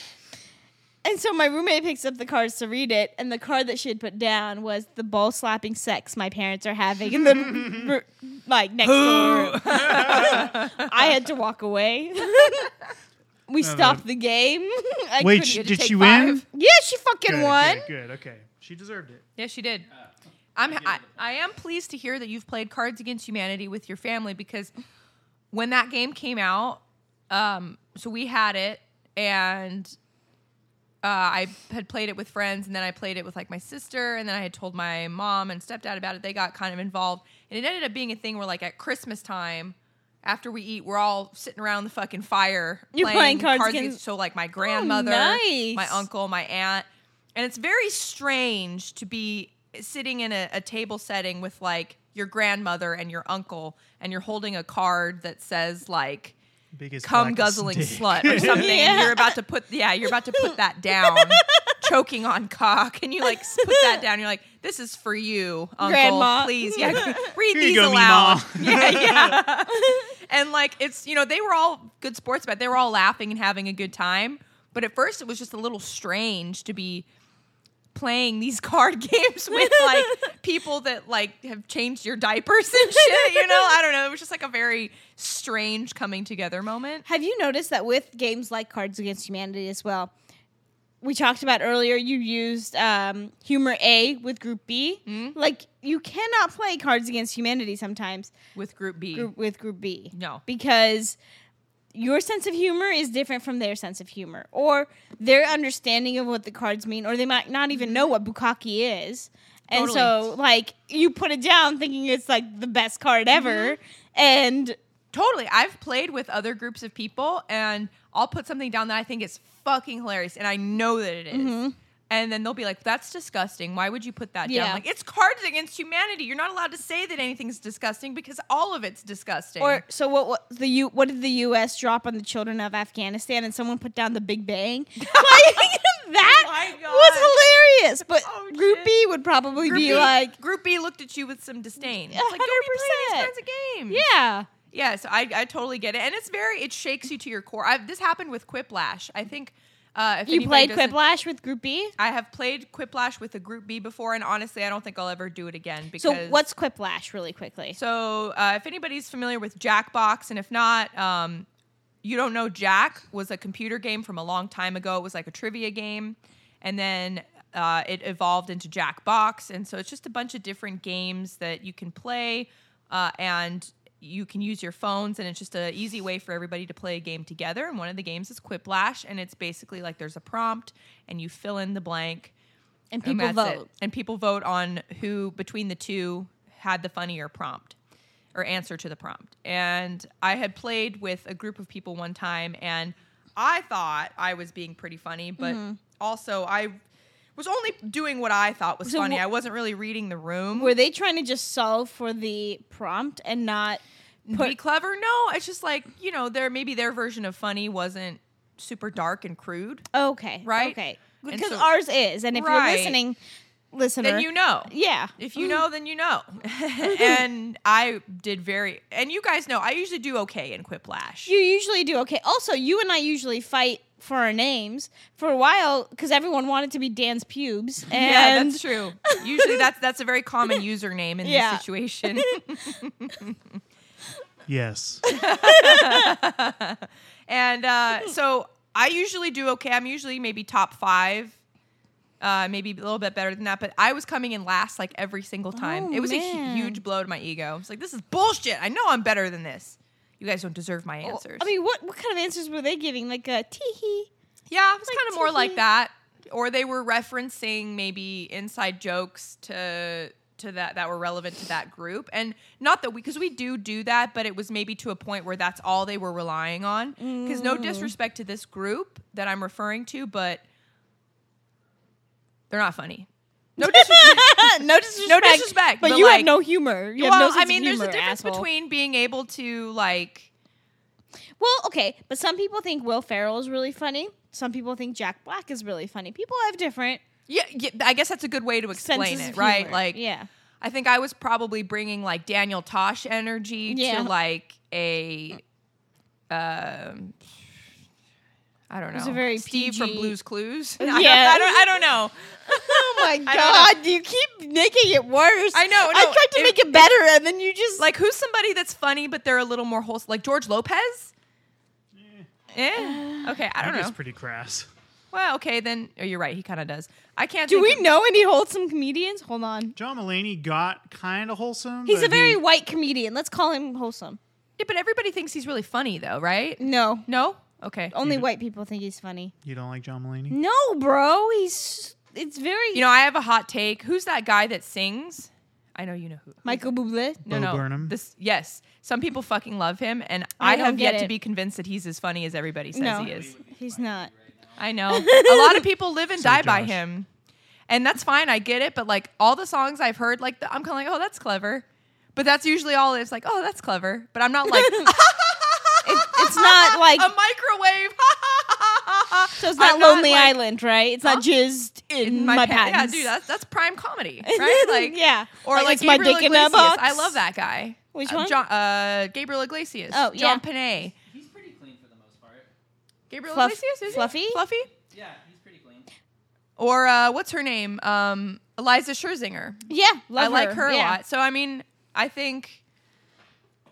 B: And so my roommate picks up the cards to read it, and the card that she had put down was the ball slapping sex my parents are having in the r- like next door. room. I had to walk away. we stopped the game. I
C: Oh, Wait,
B: couldn't-
C: she-
A: You had to
C: Did
A: take
C: she win?
A: five.
B: yeah, she fucking
C: Good,
B: won.
C: good, good. Okay. She deserved it.
A: Yeah, she did. I'm I, I am pleased to hear that you've played Cards Against Humanity with your family because when that game came out, um, so we had it and uh, I had played it with friends and then I played it with like my sister and then I had told my mom and stepdad about it. They got kind of involved and it ended up being a thing where like at Christmas time. After we eat, we're all sitting around the fucking fire
B: You're playing Cards Against-
A: So like my grandmother,
B: Oh, nice.
A: my uncle, my aunt, and it's very strange to be sitting in a, a table setting with like your grandmother and your uncle, and you're holding a card that says like
C: Biggest
A: "cum
C: blackest
A: guzzling
C: dick.
A: slut" or something. and
B: Yeah.
A: You're about to put yeah, you're about to put that down. choking on cock and you like s- put that down you're like this is for you uncle
B: Grandma.
A: please yeah read
C: Here you
A: these
C: go, me
A: aloud
C: ma.
A: yeah, yeah. and like it's you know they were all good sports, but they were all laughing and having a good time. But at first, it was just a little strange to be playing these card games with like people that like have changed your diapers and shit. You know, I don't know. It was just like a very strange coming together moment.
B: Have you noticed that with games like Cards Against Humanity as well? We talked about earlier. You used um, humor A with Group B.
C: Hmm?
B: Like you cannot play Cards Against Humanity sometimes
A: With Group B,
B: group, with Group B.
A: No.
B: because your sense of humor is different from their sense of humor, or their understanding of what the cards mean, or they might not even know what bukkake is. And so,
A: Totally.
B: like, you put it down thinking it's like the best card ever,
A: Mm-hmm.
B: and
A: Totally. I've played with other groups of people and I'll put something down that I think is fucking hilarious and I know that it is.
B: Mm-hmm.
A: And then they'll be like, that's disgusting. Why would you put that down?
B: Yeah.
A: Like, it's cards against humanity. You're not allowed to say that anything's disgusting because all of it's disgusting.
B: Or so what? What the U? What did the U.S. drop on the children of Afghanistan? And someone put down the Big Bang. like that
A: Oh my God.
B: was hilarious. But
A: Oh,
B: Groupie
A: shit.
B: would probably
A: Group
B: be
A: B-
B: like,
A: Group B looked at you with some disdain. It's like, don't be playing these
B: 100%.
A: kinds of games.
B: yeah,
A: Yeah, so I, I totally get it. And it's very, it shakes you to your core. I've, this happened with Quiplash. I think Uh, if
B: You
A: anybody
B: played
A: doesn't-
B: Quiplash with Group B.
A: I have played Quiplash with a group B before, and honestly, I don't think I'll ever do it again. Because
B: So what's Quiplash, really quickly?
A: So, uh, if anybody's familiar with Jackbox, and if not, um, you don't know Jack was a computer game from a long time ago. It was like a trivia game, and then uh, it evolved into Jackbox, and so it's just a bunch of different games that you can play, uh, and you can use your phones, and it's just an easy way for everybody to play a game together. And one of the games is Quiplash, and it's basically like there's a prompt, and you fill in the blank.
B: and
A: And
B: people
A: that's it.
B: vote.
A: And people vote on who between the two had the funnier prompt or answer to the prompt. And I had played with a group of people one time and I thought I was being pretty funny, but also I was only doing what I thought was
B: So
A: funny.
B: wh-
A: I wasn't really reading the room.
B: Were they trying to just solve for the prompt and not
A: be
B: put?
A: clever? No, it's just like, you know, their maybe their version of funny wasn't super dark and crude.
B: Okay,
A: Right?
B: Okay,
A: And
B: because
A: so-
B: ours is, and if
A: Right.
B: you're listening, listener,
A: Then you know.
B: yeah,
A: If you know, then you know. and I did very, and you guys know I usually do okay in Quiplash.
B: you usually do okay. Also, you and I usually fight for our names for a while because everyone wanted to be Dan's pubes, and
A: yeah, that's true. Usually, that's that's a very common username in
B: Yeah.
A: this situation.
C: Yes.
A: and uh, so I usually do okay. I'm usually maybe top five, uh, maybe a little bit better than that. But I was coming in last like every single time.
B: Oh,
A: it was a
B: man.
A: hu- huge blow to my ego. It's like this is bullshit. I know I'm better than this. You guys don't deserve my answers.
B: I mean, what what kind of answers were they giving? Like a tee hee.
A: Yeah, it was
B: Like
A: kind of more
B: TV.
A: like that. Or they were referencing maybe inside jokes to to that that were relevant to that group, and not that we because we do do that, but it was maybe to a point where that's all they were relying on. Because
B: Mm.
A: no disrespect to this group that I'm referring to, but they're not funny. No disrespect.
B: no disrespect.
A: disrespect,
B: But,
A: but
B: you
A: like-
B: have no humor. You have no
A: well,
B: sense
A: I
B: of
A: mean, there's a
B: humor,
A: difference
B: asshole.
A: between being able to like.
B: Well, okay, but some people think Will Ferrell is really funny. Some people think Jack Black is really funny. People have different
A: Yeah, yeah, I guess that's a good way to explain
B: senses of
A: it, right?
B: humor.
A: Like,
B: yeah,
A: I think I was probably bringing like Daniel Tosh energy
B: Yeah.
A: to like a, um, I don't know,
B: was a very
A: Steve from
B: PG
A: Blue's Clues. I, don't,
B: Yeah.
A: I don't, I don't know.
B: Oh my
A: I don't
B: god, you keep making it worse.
A: I know,
B: I
A: no,
B: tried to
A: it-
B: make it better and then you just
A: Like who's somebody that's funny but they're a little more wholesome, like George Lopez. Eh? Okay, I
C: I
A: don't
C: think it's
A: know.
C: pretty crass.
A: well, okay, then oh, you're right. He kind of does. I can't.
B: Do we
A: think
B: know any wholesome comedians? Hold on.
C: John Mulaney got kind of wholesome.
B: He's
C: but
B: a very
C: he-
B: white comedian. Let's call him wholesome.
A: Yeah, but everybody thinks he's really funny though, right?
B: No.
A: No. Okay.
B: Only
C: Yeah.
B: white people think he's funny.
C: You don't like John Mulaney?
B: No, bro. He's it's very
A: You know, I have a hot take. Who's that guy that sings? I know you know who.
B: Michael Bublé.
A: No,
C: Bo
A: no.
C: Burnham?
A: This yes. Some people fucking love him, and
B: I
A: I,
B: don't
A: have
B: get
A: yet
B: it.
A: to be convinced that he's as funny as everybody says
B: No.
A: he is.
B: He's not.
A: I know. A lot of people live and
C: So
A: die by
C: Josh.
A: him. And that's fine, I get it, but like all the songs I've heard, like the, I'm kinda like, oh, that's clever. But that's usually all it's like, oh, that's clever. But I'm not like
B: It- it's not
A: a
B: like
A: microwave.
B: so it's not
A: I'm
B: Lonely
A: like,
B: Island, right? It's not jizzed in,
A: pa-
B: my, pants.
A: Yeah, dude, that's, that's prime comedy, right? Like,
B: Yeah.
A: or
B: Like,
A: like,
B: it's my
A: Gabriel
B: dick in a
A: Iglesias.
B: box.
A: I love that guy.
B: Which
A: Uh,
B: one?
A: John, uh, Gabriel Iglesias.
B: Oh, yeah.
A: John Panay.
D: He's pretty clean for the most part.
A: Gabriel
B: Fluff-
A: Iglesias is
B: Fluffy?
A: He? Fluffy.
D: Yeah, he's pretty clean.
A: Or uh, what's her name? Um, Eliza Scherzinger.
B: Yeah,
A: I
B: love
A: like her
B: yeah.
A: a lot. So I mean, I think,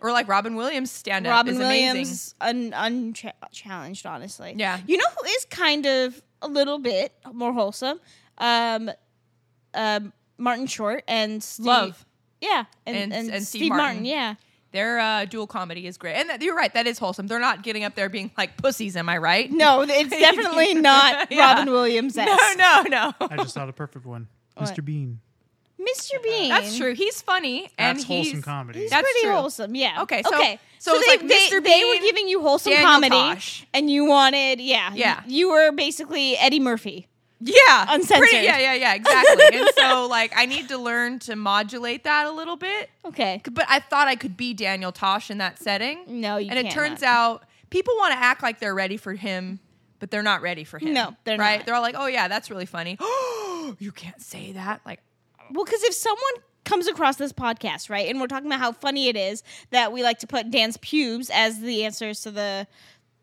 A: or like Robin Williams stand up
B: Robin
A: is amazing.
B: Williams un unchallenged, honestly.
A: Yeah.
B: You know who is kind of a little bit more wholesome? Um, um, Martin Short and Steve,
A: Love.
B: Yeah, and
A: And-
B: and,
A: and
B: Steve,
A: Steve
B: Martin.
A: Martin.
B: Yeah.
A: Their uh, dual comedy is great, and that, you're right. That is wholesome. They're not getting up there being like pussies. Am I right?
B: No, it's definitely not
A: Yeah.
B: Robin Williams.
A: no, no, no.
C: I just thought a perfect one.
B: What?
C: Mr. Bean.
B: Mr. Bean.
A: That's true. He's funny and
C: That's wholesome
A: he's
C: comedy.
B: He's
A: That's
B: pretty
A: true.
B: wholesome. Yeah.
A: Okay, so-
B: okay.
A: so it's
B: they,
A: like
B: they,
A: Mr.
B: they were
A: Bean,
B: giving you wholesome
A: Daniel
B: comedy,
A: Tosh.
B: and you wanted yeah
A: Yeah.
B: You, you were basically Eddie Murphy.
A: Yeah.
B: Uncensored.
A: Pretty, yeah, yeah, yeah, exactly. and so like I need to learn to modulate that a little bit.
B: Okay.
A: But I thought I could be Daniel Tosh in that setting.
B: No, you
A: And it
B: cannot.
A: turns out people want to act like they're ready for him, but they're not ready for him.
B: No, they're
A: right?
B: not.
A: They're all like, "Oh yeah, that's really funny." you can't say that. Like
B: Well, because if someone comes across this podcast, right, and we're talking about how funny it is that we like to put Dan's pubes as the answers to the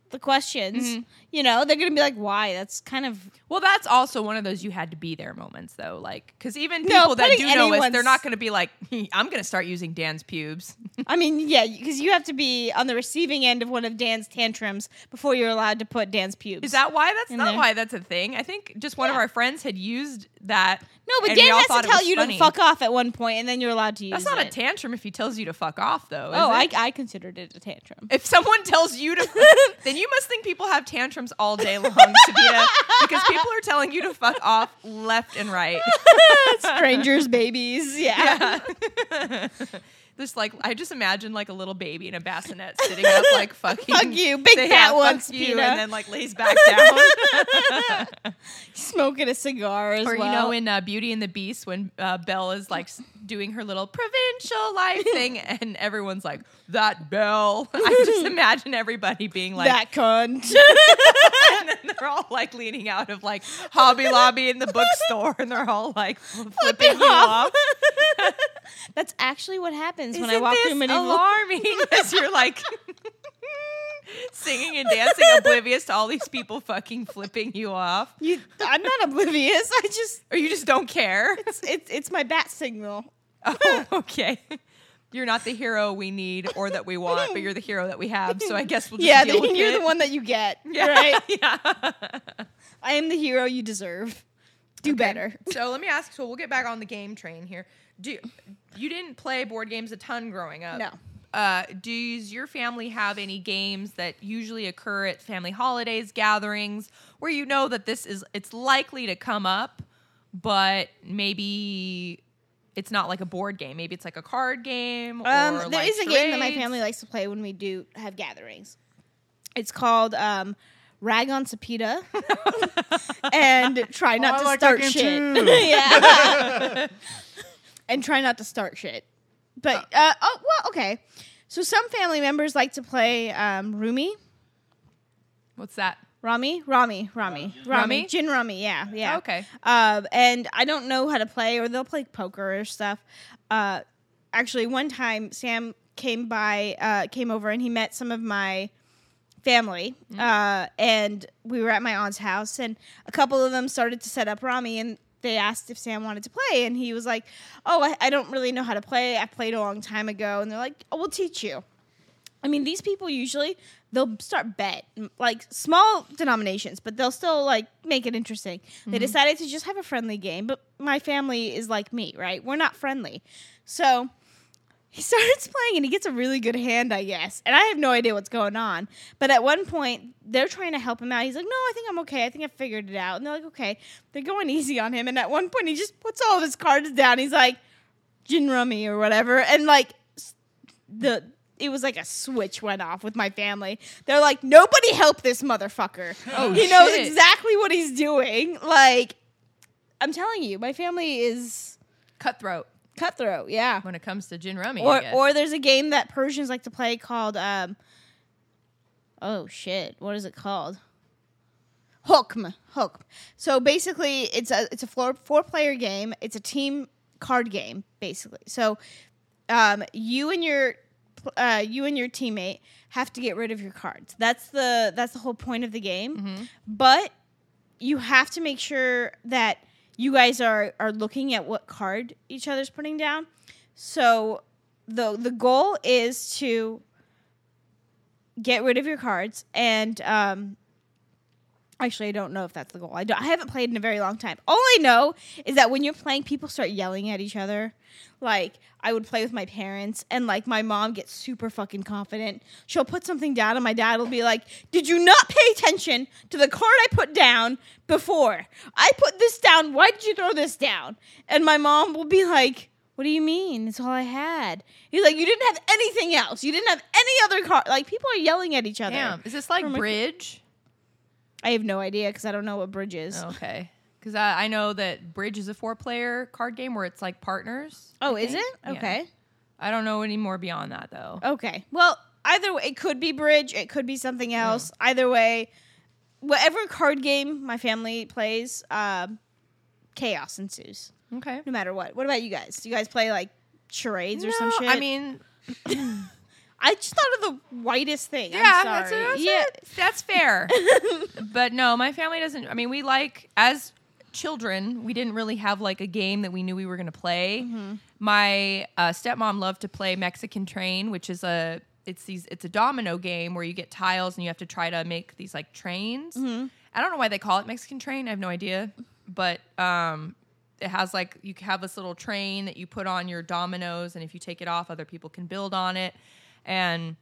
B: the questions.
A: Mm-hmm.
B: You know, they're gonna be like, "Why?" That's kind of
A: Well, that's also one of those you had to be there moments, though. Like, because even
B: No,
A: people that
B: putting
A: do know us, they're
B: anyone's-
A: not going to be like, I'm going to start using Dan's pubes.
B: I mean, yeah, because you have to be on the receiving end of one of Dan's tantrums before you're allowed to put Dan's pubes.
A: Is that why? That's
B: In
A: not
B: there.
A: why that's a thing. I think just one of
B: Yeah.
A: our friends had used that.
B: no? But
A: and we
B: Dan
A: all
B: has
A: thought it
B: to
A: was
B: tell you
A: funny.
B: to fuck off at one point, and then you're allowed to
A: That's
B: use.
A: not
B: it.
A: a tantrum if he tells you to fuck off, though. is
B: Oh, I,
A: it?
B: I considered it a tantrum.
A: If someone tells you to, then you must think people have tantrums all day long, Sabina, because people are telling you to fuck off left and right.
B: Strangers, babies, yeah.
A: Yeah. Just like I just imagine like a little baby in a bassinet sitting up like fucking
B: Fuck you, big
A: say, "Yeah,
B: fat one,
A: fuck you,
B: Peta.
A: and then like lays back down.
B: Smoking a cigar as
A: or
B: well.
A: you know in uh, Beauty and the Beast when uh, Belle is like s- doing her little provincial life thing and everyone's like that Belle. I just imagine everybody being like
B: that cunt.
A: and then they're all like leaning out of like Hobby Lobby in the bookstore and they're all like flipping you
B: off.
A: off.
B: That's actually what happens when I
A: Isn't
B: walk
A: this
B: through medieval.
A: alarming as you're like singing and dancing, oblivious to all these people fucking flipping you off,
B: You, I'm not oblivious. I just
A: or you just don't care.
B: it's, it's it's my bat signal.
A: Oh, okay. You're not the hero we need or that we want, but you're the hero that we have. So I guess we'll just
B: Yeah,
A: deal
B: then
A: with
B: you're
A: it.
B: the one that you get.
A: yeah,
B: Right?
A: yeah.
B: I am the hero you deserve. Do better.
A: So let me ask. So we'll get back on the game train here. Do you didn't play board games a ton growing up?
B: No.
A: Uh, does your family have any games that usually occur at family holidays, gatherings, where you know that this is it's likely to come up, but maybe it's not like a board game. Maybe it's like a card game.
B: Um,
A: or
B: there
A: like
B: is a game that my
A: charades.
B: family likes to play when we do have gatherings. It's called um, Rag on Sapita and try not
C: I
B: to
C: like that
B: start
C: game
B: shit.
C: too.
B: yeah, and try not to start shit. But uh, oh well, okay. So some family members like to play um, Rumi,
A: What's that?
B: Rami, Rami, Rami, Rami,
A: Rummy?
B: Gin Rami. Yeah, yeah.
A: Okay.
B: Um, and I don't know how to play, or they'll play poker or stuff. Uh, actually, one time Sam came by, uh, came over, and he met some of my family, uh, and we were at my aunt's house, and a couple of them started to set up Rami, and they asked if Sam wanted to play, and he was like, "Oh, I, I don't really know how to play. I played a long time ago," and they're like, "Oh, we'll teach you." I mean, these people usually they'll start bet m- like small denominations, but they'll still like make it interesting. They decided to just have a friendly game, but my family is like me, right? We're not friendly, so he starts playing and he gets a really good hand, I guess. And I have no idea what's going on. But at one point, they're trying to help him out. He's like, "No, I think I'm okay. I think I figured it out." And they're like, "Okay." They're going easy on him, and at one point, he just puts all of his cards down. He's like, "Gin rummy" or whatever, and like s- the it was like a switch went off with my family. They're like, nobody help this motherfucker.
A: Oh,
B: he knows
A: shit.
B: exactly what he's doing. Like, I'm telling you, my family is
A: Cutthroat
B: cutthroat. Yeah.
A: when it comes to gin rummy. I
B: Or
A: guess.
B: or there's a game that Persians like to play called um. Oh shit! What is it called? Hukm, hukm. So basically, it's a it's a four four player game. It's a team card game, basically. So, um, you and your uh, you and your teammate have to get rid of your cards. That's the that's the whole point of the game.
A: Mm-hmm.
B: But you have to make sure that you guys are are looking at what card each other's putting down. So the the goal is to get rid of your cards and um actually I don't know if that's the goal. I don't I haven't played in a very long time. All I know is that when you're playing people start yelling at each other. Like I would play with my parents and like my mom gets super fucking confident. She'll put something down and my dad will be like, "Did you not pay attention to the card I put down before? I put this down. Why did you throw this down?" And my mom will be like, what do you mean? It's all I had. He's like, you didn't have anything else. You didn't have any other car. Like people are yelling at each other.
A: Damn, is this like
B: Or my-
A: bridge?
B: I have no idea because I don't know what bridge is. Oh,
A: Okay. Because I, I know that Bridge is a four player card game where it's like partners. I
B: Oh, is
A: think.
B: it?
A: Yeah.
B: Okay.
A: I don't know any more beyond that though.
B: Okay. Well, either way, it could be bridge. It could be something else. Either way, whatever card game my family plays, um, chaos ensues.
A: Okay.
B: No matter what. What about you guys? Do you guys play like charades or some
A: No,
B: shit?
A: I mean,
B: I just thought of the whitest thing. I'm
A: yeah, that's,
B: sorry.
A: that's,
B: yeah.
A: that's fair. but no, my family doesn't. I mean, we like as children, we didn't really have like a game that we knew we were going to play.
B: Mm-hmm.
A: My uh, stepmom loved to play Mexican Train, which is a it's these it's a domino game where you get tiles and you have to try to make these like trains.
B: Mm-hmm.
A: I don't know why they call it Mexican Train. I have no idea, but um, it has like you have this little train that you put on your dominoes, and if you take it off, other people can build on it, and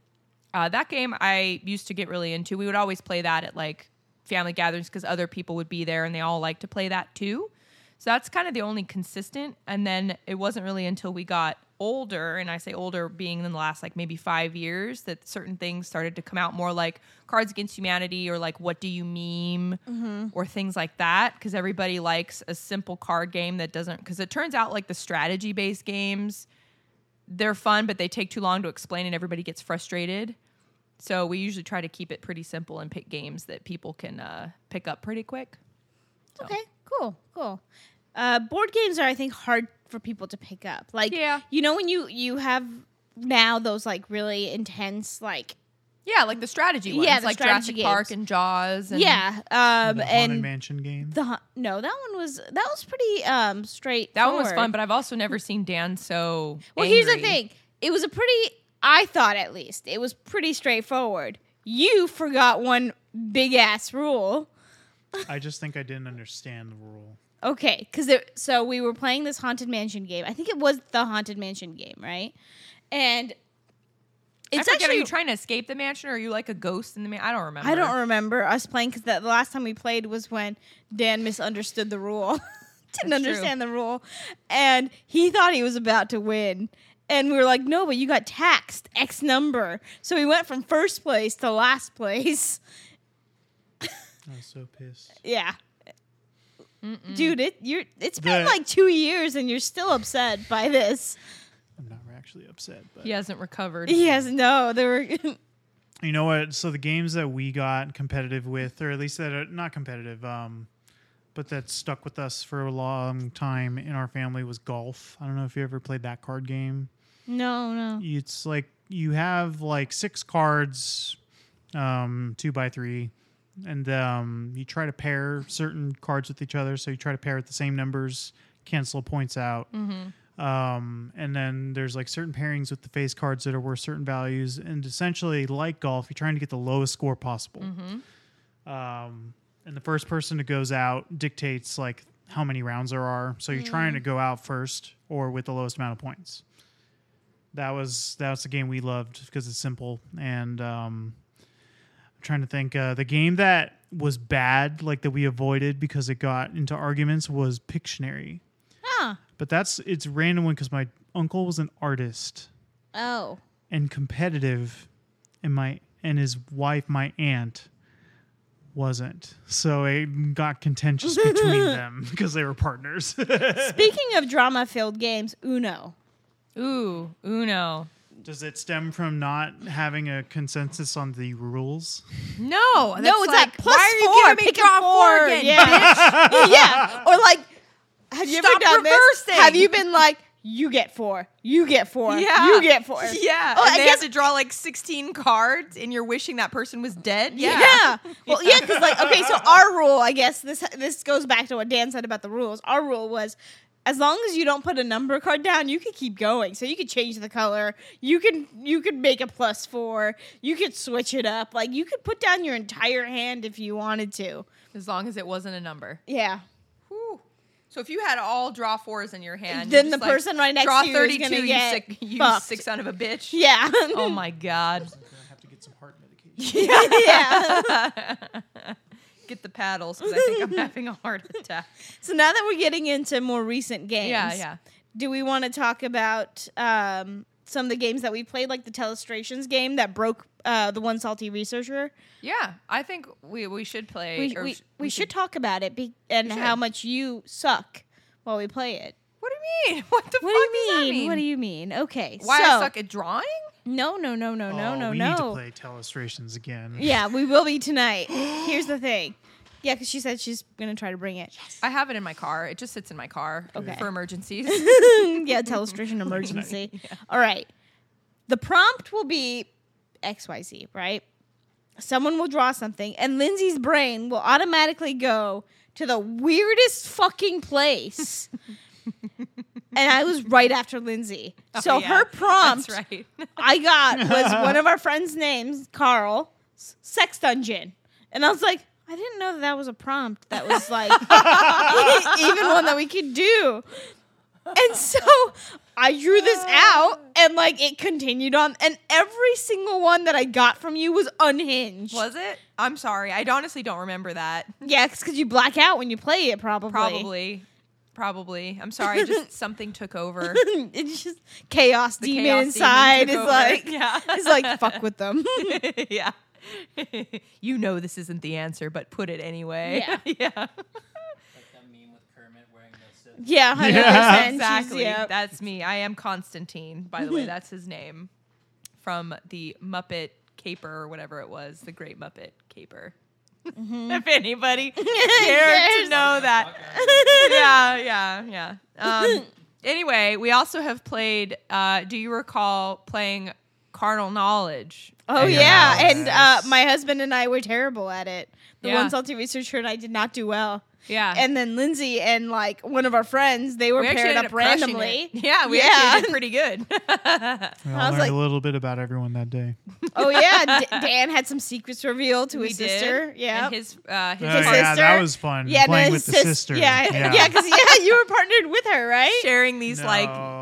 A: uh, that game I used to get really into. We would always play that at like family gatherings because other people would be there and they all like to play that too. So that's kind of the only consistent. And then it wasn't really until we got older, and I say older being in the last like maybe five years, that certain things started to come out more like Cards Against Humanity or like What Do You Meme or things like that. Because everybody likes a simple card game that doesn't, because it turns out like the strategy based games they're fun, but they take too long to explain, and everybody gets frustrated. So we usually try to keep it pretty simple and pick games that people can uh, pick up pretty quick.
B: Okay, cool, cool. Uh, board games are, I think, hard for people to pick up. Like,
A: Yeah.
B: you know, when you you have now those like really intense, like
A: Yeah, like the strategy ones,
B: Yeah, the
A: like
B: strategy
A: Jurassic Park
B: games.
A: and Jaws. And
B: yeah, um,
C: the Haunted
B: and
C: Mansion game.
B: the hu- no, that one was that was pretty um straight.
A: that one was fun, but I've also never seen Dan so.
B: well, here's the
A: angry.
B: thing: it was a pretty, I thought at least, it was pretty straightforward. You forgot one big ass rule.
C: I just think I didn't understand the rule.
B: Okay, because so we were playing this haunted mansion game. I think it was the haunted mansion game, right? And it's
A: I forget,
B: actually
A: are you trying to escape the mansion or are you like a ghost in the mansion? I don't remember.
B: I don't remember us playing because the last time we played was when Dan misunderstood the rule,
A: That's
B: didn't
A: true.
B: understand the rule, and he thought he was about to win. And we were like, no, but you got taxed X number. So we went from first place to last place.
C: I was so pissed.
B: Yeah. Dude, it you're it's been
C: The-
B: like two years and you're still upset by this.
C: I'm not actually upset, but
A: He hasn't recovered.
B: Yes, no, there were
C: you know what? So the games that we got competitive with, or at least that are not competitive, um, but that stuck with us for a long time in our family was golf. I don't know if you ever played that card game.
B: No, no.
C: It's like you have like six cards, um, two by three, and um, you try to pair certain cards with each other. So you try to pair with the same numbers, cancel points out. Um, and then there's like certain pairings with the face cards that are worth certain values. And essentially, like golf, you're trying to get the lowest score possible. Um, and the first person that goes out dictates like how many rounds there are. So you're trying to go out first or with the lowest amount of points. That was that was the game we loved because it's simple. And um, I'm trying to think uh, the game that was bad, like that we avoided because it got into arguments, was Pictionary.
B: Huh.
C: But that's it's a random one because my uncle was an artist
B: Oh.
C: and competitive, and my and his wife, my aunt, wasn't. So it got contentious between them because they were partners.
B: Speaking of drama filled games, Uno.
A: Ooh, Uno.
C: Does it stem from not having a consensus on the rules?
A: No, that's
B: no, it's like,
A: like, why are you giving me
B: pick
A: draw
B: a four,
A: again,
B: yeah. yeah. Or like have you
A: Stop
B: ever done
A: reversing.
B: this? Have you been like you get four, you get four,
A: Yeah.
B: you get four.
A: Yeah.
B: Oh,
A: and
B: I
A: they
B: guess
A: have to draw like 16 cards and you're wishing that person was dead.
B: Yeah. Well, yeah, because like okay, so our rule, I guess this this goes back to what Dan said about the rules. Our rule was. As long as you don't put a number card down, you can keep going. So you could change the color. You can you could make a plus four. You could switch it up. Like you could put down your entire hand if you wanted to.
A: As long as it wasn't a number.
B: Yeah.
A: Whew. So if you had all draw fours in your hand,
B: Then
A: you're just
B: the person right next
A: draw
B: to you is gonna
A: you,
B: get
A: sick, you
B: fucked.
A: sick son of a bitch.
B: Yeah.
A: Oh my god.
C: I'm gonna have to get some heart medication.
B: yeah.
A: Get the paddles because I think I'm having a heart attack.
B: So now that we're getting into more recent games.
A: Yeah, yeah.
B: do we want to talk about um, some of the games that we played, like the Telestrations game that broke uh, the one salty researcher?
A: Yeah. I think we we should play
B: We,
A: or
B: we,
A: sh-
B: we should talk about it be- and
A: should.
B: how much you suck while we play it.
A: What do you mean? What the
B: What
A: fuck
B: do you
A: does that
B: mean?
A: mean?
B: What do you mean? Okay,
A: Why
B: so
A: I suck at drawing?
B: no, no, no, no, no,
C: Oh,
B: no,
C: we
B: no.
C: need to play telestrations again.
B: Yeah, we will be tonight. Here's the thing. Yeah, because she said she's gonna try to bring it.
A: I have it in my car. It just sits in my car
B: Okay.
A: for emergencies.
B: yeah, telestration emergency. All right. the prompt will be XYZ, right? Someone will draw something, and Lindsay's brain will automatically go to the weirdest fucking place. and I was right after Lindsay. so
A: Oh, yeah,
B: her prompt
A: That's right.
B: I got was one of our friends' names, Carl, s- sex dungeon. And I was like, I didn't know that, that was a prompt that was like even one that we could do. And so I drew this out and like it continued on and every single one that I got from you was unhinged.
A: Was it? I'm sorry. I honestly don't remember that.
B: Yeah, cuz you black out when you play it probably.
A: Probably. Probably. I'm sorry. Just something took over.
B: it's just chaos
A: The
B: demon
A: chaos demon
B: inside
A: took
B: is
A: over.
B: like
A: Yeah.
B: it's like fuck with them.
A: yeah. you know this isn't the answer, but put it anyway.
B: Yeah.
A: yeah.
D: Like that meme with Kermit wearing the Sith.
B: yeah, 100%.
C: Yeah.
B: She's-
A: Exactly.
B: yeah.
A: That's me. I am Constantine, by the way. That's his name from the Muppet Caper or whatever it was, the Great Muppet Caper. if anybody cared to
B: Mm-hmm. Yes.
A: know that. yeah, yeah, yeah. Um, anyway, we also have played, uh, do you recall playing Carnal Knowledge?
B: Oh
C: Yeah.
B: yeah, and uh,
C: Yes.
B: my husband and I were terrible at it. The
A: Yeah.
B: one salty researcher and I did not do well.
A: Yeah.
B: And then Lindsay and like one of our friends, they were
A: we actually
B: paired
A: ended
B: up
A: crushing it.
B: randomly.
A: Yeah, we
B: Yeah.
A: actually did pretty good.
C: I
B: I was
C: learned
B: like-
C: a little bit about everyone that day.
B: Oh yeah, D- Dan had some secrets revealed to
A: we
B: his
A: did.
B: sister. Yeah.
A: And his, uh, his
C: Oh,
A: partner
C: yeah, that
B: sister?
C: was fun.
B: yeah, and
C: playing
B: then
C: with the
B: sis-
C: sister.
B: Yeah, yeah, because yeah. you were partnered with her, right?
A: sharing these like
C: No.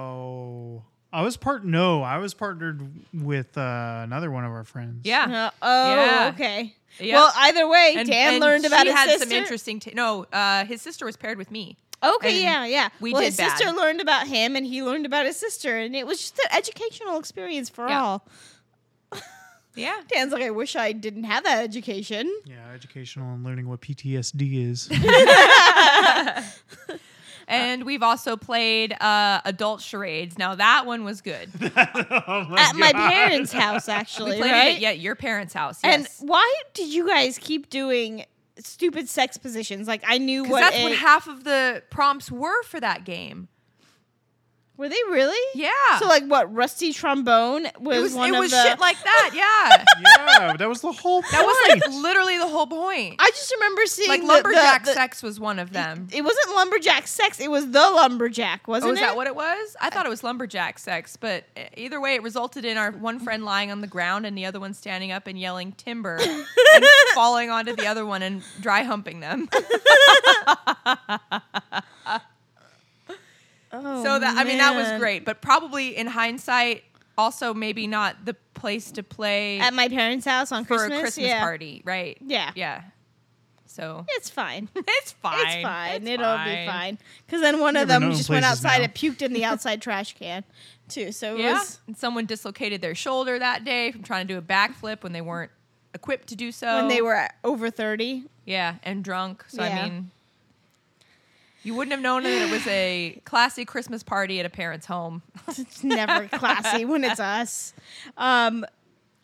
C: I was part no, I was partnered with uh, another one of our friends.
A: yeah
B: Uh, oh,
A: Yeah.
B: okay.
A: Yeah.
B: Well, either way,
A: And-
B: Dan
A: and
B: learned about
A: she
B: his
A: had
B: sister.
A: some interesting t- no uh his sister was paired with me and
B: okay, yeah, yeah.
A: we
B: well,
A: did
B: his sister
A: bad.
B: learned about him, and he learned about his sister, and it was just an educational experience for
A: Yeah.
B: all.
A: yeah
B: Dan's like, I wish I didn't have that education.
C: Yeah, educational and learning what PTSD is.
A: and we've also played uh adult charades now that one was good we
C: Oh my
B: At my
C: God.
B: parents' house, actually,
A: played it
B: right?
A: at yeah, your parents house
B: And
A: yes.
B: why did you guys keep doing stupid sex positions? Like I knew
A: because
B: what,
A: that's
B: a-
A: what half of the prompts were for that game
B: were they really?
A: yeah
B: So like what? Rusty trombone was,
A: it was,
B: one
A: it
B: of
A: was
B: the.
A: shit like that yeah
C: Yeah, but that was the whole point.
A: that was like literally the whole point
B: I just remember seeing
A: like
B: the-
A: lumberjack
B: the, the-
A: sex was one of them
B: It wasn't lumberjack sex. It was the lumberjack, wasn't
A: Oh, is
B: it?
A: that what it was? I thought it was lumberjack sex, but uh, either way, it resulted in our one friend lying on the ground and the other one standing up and yelling timber and falling onto the other one and dry humping them.
B: Oh,
A: so that I mean that was
B: man.
A: great, but probably in hindsight, also maybe not the place to play
B: At my parents' house on
A: for
B: Christmas,
A: a Christmas
B: yeah.
A: party, right?
B: Yeah.
A: yeah. So
B: It's fine.
A: it's fine.
B: It's fine. It'll be fine. Because then one of
C: Never
B: them
C: know
B: just went
C: places
B: outside
C: now.
B: and puked in the outside trash can, too. So it
A: Yeah.
B: was
A: And someone dislocated their shoulder that day from trying to do a backflip when they weren't equipped to do so.
B: when they were at over thirty.
A: Yeah, and drunk. So
B: Yeah.
A: I mean, you wouldn't have known that it was a classy Christmas party at a parent's home.
B: It's never classy when it's us. Um,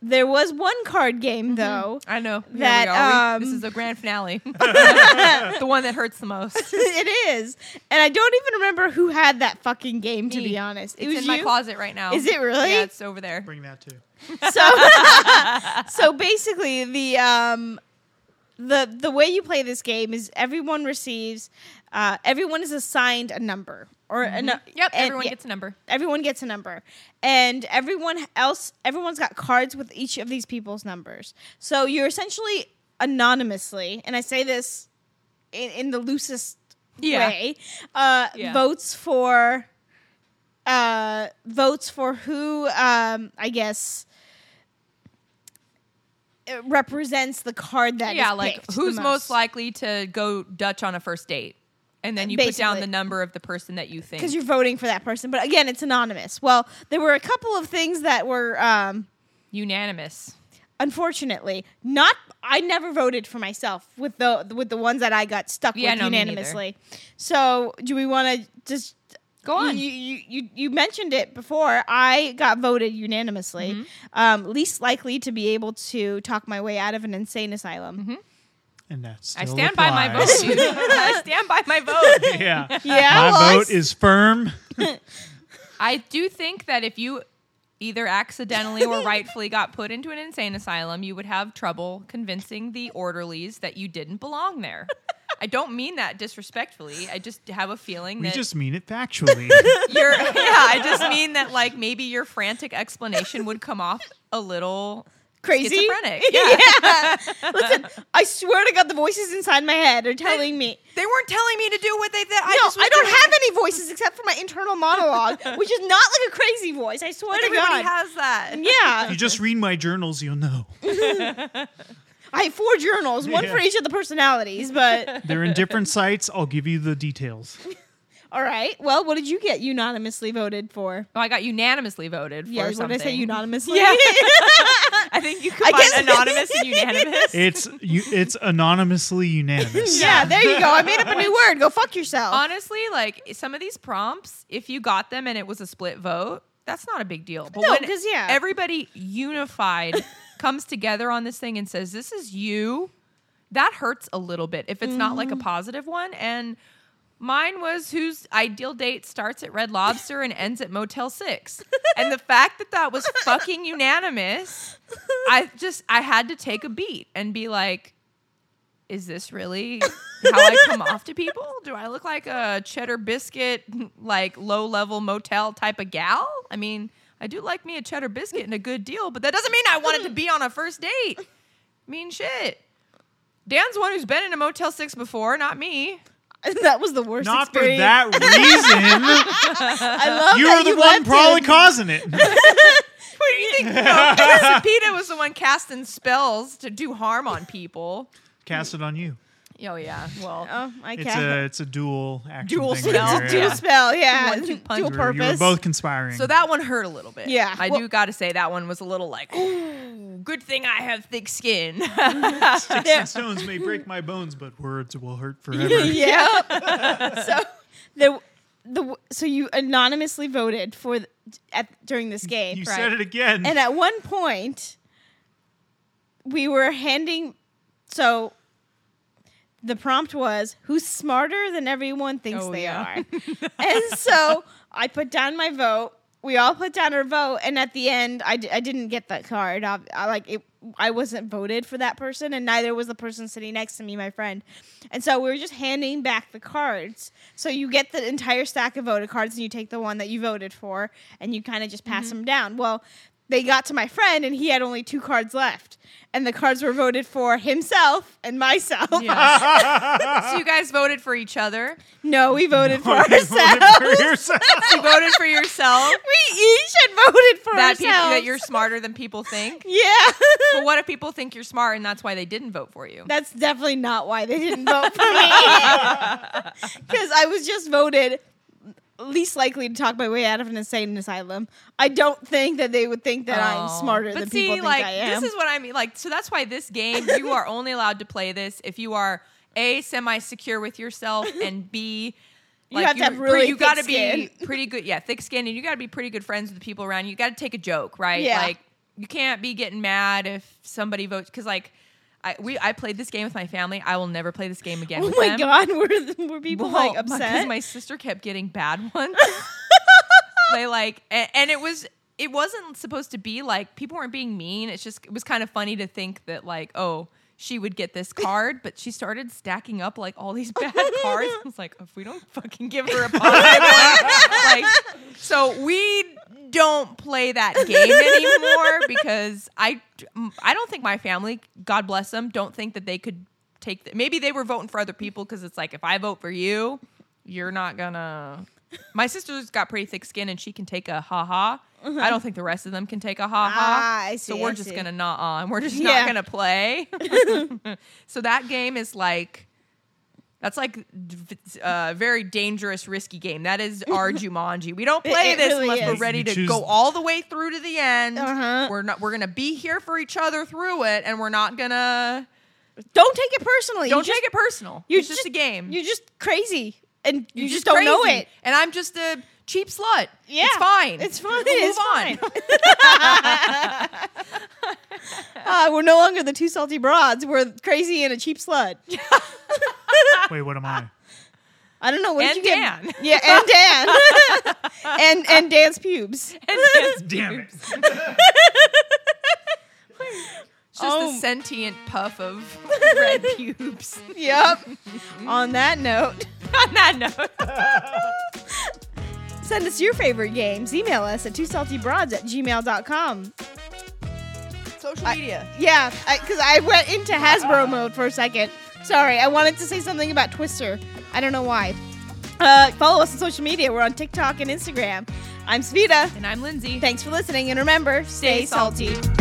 B: there was one card
A: Mm-hmm.
B: game though.
A: I know Here we
B: That,
A: are. We-
B: um,
A: this is a grand finale, the one that hurts the most.
B: it is, and I don't even remember who had that fucking game. To
A: Me.
B: be honest, it
A: It's
B: was
A: in
B: you.
A: my closet right now.
B: Is it really?
A: Yeah, it's over there.
C: Bring that too.
B: so so basically the um the the way you play this game is everyone receives uh everyone is assigned a number or a nu-
A: Mm-hmm. Yep,
B: and-
A: everyone
B: yeah,
A: gets a number.
B: everyone gets a number and everyone else everyone's got cards with each of these people's numbers so you're essentially anonymously and i say this in, in the loosest
A: Yeah.
B: way uh
A: Yeah.
B: votes for uh votes for who um i guess uh, represents the card that
A: yeah,
B: is
A: like
B: picked the
A: who's most.
B: most
A: likely to go Dutch on a first date, and then you put down
B: Basically.
A: the number of the person that you think.
B: because you're voting for that person but again it's anonymous well there were a couple of things that were um
A: unanimous.
B: unfortunately not i never voted for myself with the with the ones that i got stuck
A: Yeah,
B: with
A: no, me neither.
B: unanimously so do we want to just
A: Go on.
B: you, you you you mentioned it before i got voted unanimously
A: Mm-hmm.
B: um, least likely to be able to talk my way out of an insane asylum
A: Mm-hmm.
C: And that's
A: I stand by my vote. dude. I stand by my vote.
C: yeah.
B: yeah
C: My
B: well, I
C: vote
B: s-
C: is firm.
A: I do think that if you either accidentally or rightfully got put into an insane asylum, you would have trouble convincing the orderlies that you didn't belong there. I don't mean that disrespectfully. I just have a feeling
C: We
A: that
C: just mean it factually.
A: your yeah, I just mean that like maybe your frantic explanation would come off a little
B: Crazy.
A: schizophrenic. Yeah.
B: Listen, I swear to God, the voices inside my head are telling me.
A: They weren't telling me to do what they did. I
B: No,
A: just was
B: I don't
A: doing-
B: have any voices except for my internal monologue, which is not like a crazy voice. I swear to
A: Everybody
B: God.
A: has that.
B: yeah,
C: you just read my journals, you'll know.
B: I have four journals, one for
C: Yeah.
B: each of the personalities. But
C: They're in different sites. I'll give you the details.
B: all right, well, what did you get unanimously voted for?
A: Oh, I got unanimously voted for
B: Yes,
A: something.
B: when I say unanimously,
A: Yeah. I think you combine
B: guess-
A: anonymous and unanimous.
C: It's you, it's anonymously unanimous.
B: yeah, there you go. I made up a new word. Go fuck yourself.
A: Honestly, like some of these prompts, if you got them and it was a split vote, that's not a big deal. But
B: No,
A: when
B: 'cause, yeah.
A: everybody unified comes together on this thing and says, "This is you," that hurts a little bit if it's not like a
B: Mm-hmm.
A: positive one. And mine was whose ideal date starts at Red Lobster and ends at Motel Six. and the fact that that was fucking unanimous, I just I had to take a beat and be like is this really how I come off to people? Do I look like a cheddar biscuit, like low level motel type of gal? I mean, I do like me a cheddar biscuit and a good deal, but that doesn't mean I wanted to be on a first date. mean shit. Dan's one who's been in a Motel 6 before, not me.
B: that was the worst.
C: Not for
B: experience.
C: that reason.
B: I love
C: You're
B: that
C: the
B: you
C: one
B: left
C: probably
B: it.
C: causing it.
A: What do you think? No, Sapita was the one casting spells to do harm on people.
C: Cast it on you.
A: Oh, yeah. Well,
B: Oh, I
C: It's
B: can't.
C: a it's a dual action.
A: Dual
C: thing
A: spell.
C: right
A: It's a
C: here.
B: dual
A: yeah.
B: spell, yeah,
A: One, two punch.
B: dual
A: You
C: You were
B: purpose.
C: both conspiring.
A: So that one hurt a little bit.
B: Yeah.
A: I
B: Well-
A: do got to say that one was a little like, ooh, good thing I have thick skin.
B: There-
C: stones may break my bones, but words will hurt forever.
B: yeah. so the the so you anonymously voted for the, at during this game,
C: you
B: right?
C: said it again.
B: and at one point, we were handing. So the prompt was, "Who's smarter than everyone thinks
A: Oh,
B: they
A: yeah.
B: are?" and so I put down my vote. We all put down our vote, and at the end, I, d- I didn't get that card. I, I like it. I wasn't voted for that person, and neither was the person sitting next to me, my friend. And so we were just handing back the cards. So you get the entire stack of voted cards, and you take the one that you voted for, and you kind of just pass them down. Well, they got to my friend, and he had only two cards left, and the cards were voted for himself and myself.
A: Yeah. so you guys voted for each other.
B: No, we voted for
C: You voted
B: ourselves.
C: for yourself.
A: You voted for yourself.
B: we each had voted for
A: that
B: ourselves.
A: people, that you're smarter than people think.
B: yeah.
A: But what if people think you're smart and that's why they didn't vote for you?
B: That's definitely not why they didn't vote for me. Because I was just voted least likely to talk my way out of an insane asylum. I don't think that they would think that I'm
A: Oh.
B: smarter
A: but
B: than
A: see,
B: people think
A: like,
B: I am.
A: This is what I mean. Like, so that's why this game you are only allowed to play this if you are a semi secure with yourself and b like
B: have to have really
A: you
B: thick
A: gotta
B: skin.
A: be pretty good. Yeah, thick skin, and you got to be pretty good friends with the people around you. You got to take a joke, right?
B: Yeah.
A: Like you can't be getting mad if somebody votes because like. I, we I played this game with my family. I will never play this game again.
B: oh
A: with
B: my
A: them.
B: god, were, were people like
A: Well, my-
B: upset?
A: my sister kept getting bad ones. they like, and, and it was it wasn't supposed to be like people weren't being mean. It's just it was kind of funny to think that like oh she would get this card, but she started stacking up like all these bad cards. I was like, if we don't fucking give her a positive one, like so we don't play that game anymore because I I don't think my family, God bless them, don't think that they could take the, maybe they were voting for other people because it's like if I vote for you, you're not gonna. My sister's got pretty thick skin and she can take a ha ha. I don't think the rest of them can take a ha ha.
B: Mm-hmm. Ah, I
A: So
B: see,
A: we're
B: I
A: just
B: see.
A: gonna not on. We're just
B: Yeah.
A: not gonna play. so that game is like. That's like a very dangerous, risky game. That is our Jumanji. We don't play
B: it
A: this
B: really
A: unless
B: is.
A: we're ready
C: You
A: to
C: choose-
A: go all the way through to the end.
B: Uh-huh.
A: We're not. We're gonna be here for each other through it, and we're not gonna.
B: don't take it personally.
A: Don't
B: you
A: take
B: just,
A: it personal.
B: you
A: it's just, a game.
B: You're just crazy, and you,
A: You're
B: just, don't know
A: crazy.
B: it.
A: And I'm just a cheap slut.
B: Yeah,
A: It's fine.
B: It's fine.
A: Move
B: it's
A: on.
B: fine. Ah, we're no longer the two salty broads. We're crazy and a cheap slut.
C: Wait, what am I?
B: I don't know what did
A: And
B: you
A: Dan.
B: get. Yeah, and Dan. and and Dan's pubes.
A: And it's
C: Damn it.
A: just a
B: Oh.
A: sentient puff of red pubes.
B: Yep. On that note,
A: On that note,
B: send us your favorite games. Email us at two saltybroads at gmail.com.
A: social
B: I-
A: media.
B: Yeah, because I, went into Hasbro mode for a second. Sorry, I wanted to say something about Twister. I don't know why. Uh, follow us on social media. We're on TikTok and Instagram. I'm Svita.
A: and I'm Lindsay.
B: Thanks for listening, and remember,
A: Stay
B: stay,
A: salty.
B: salty.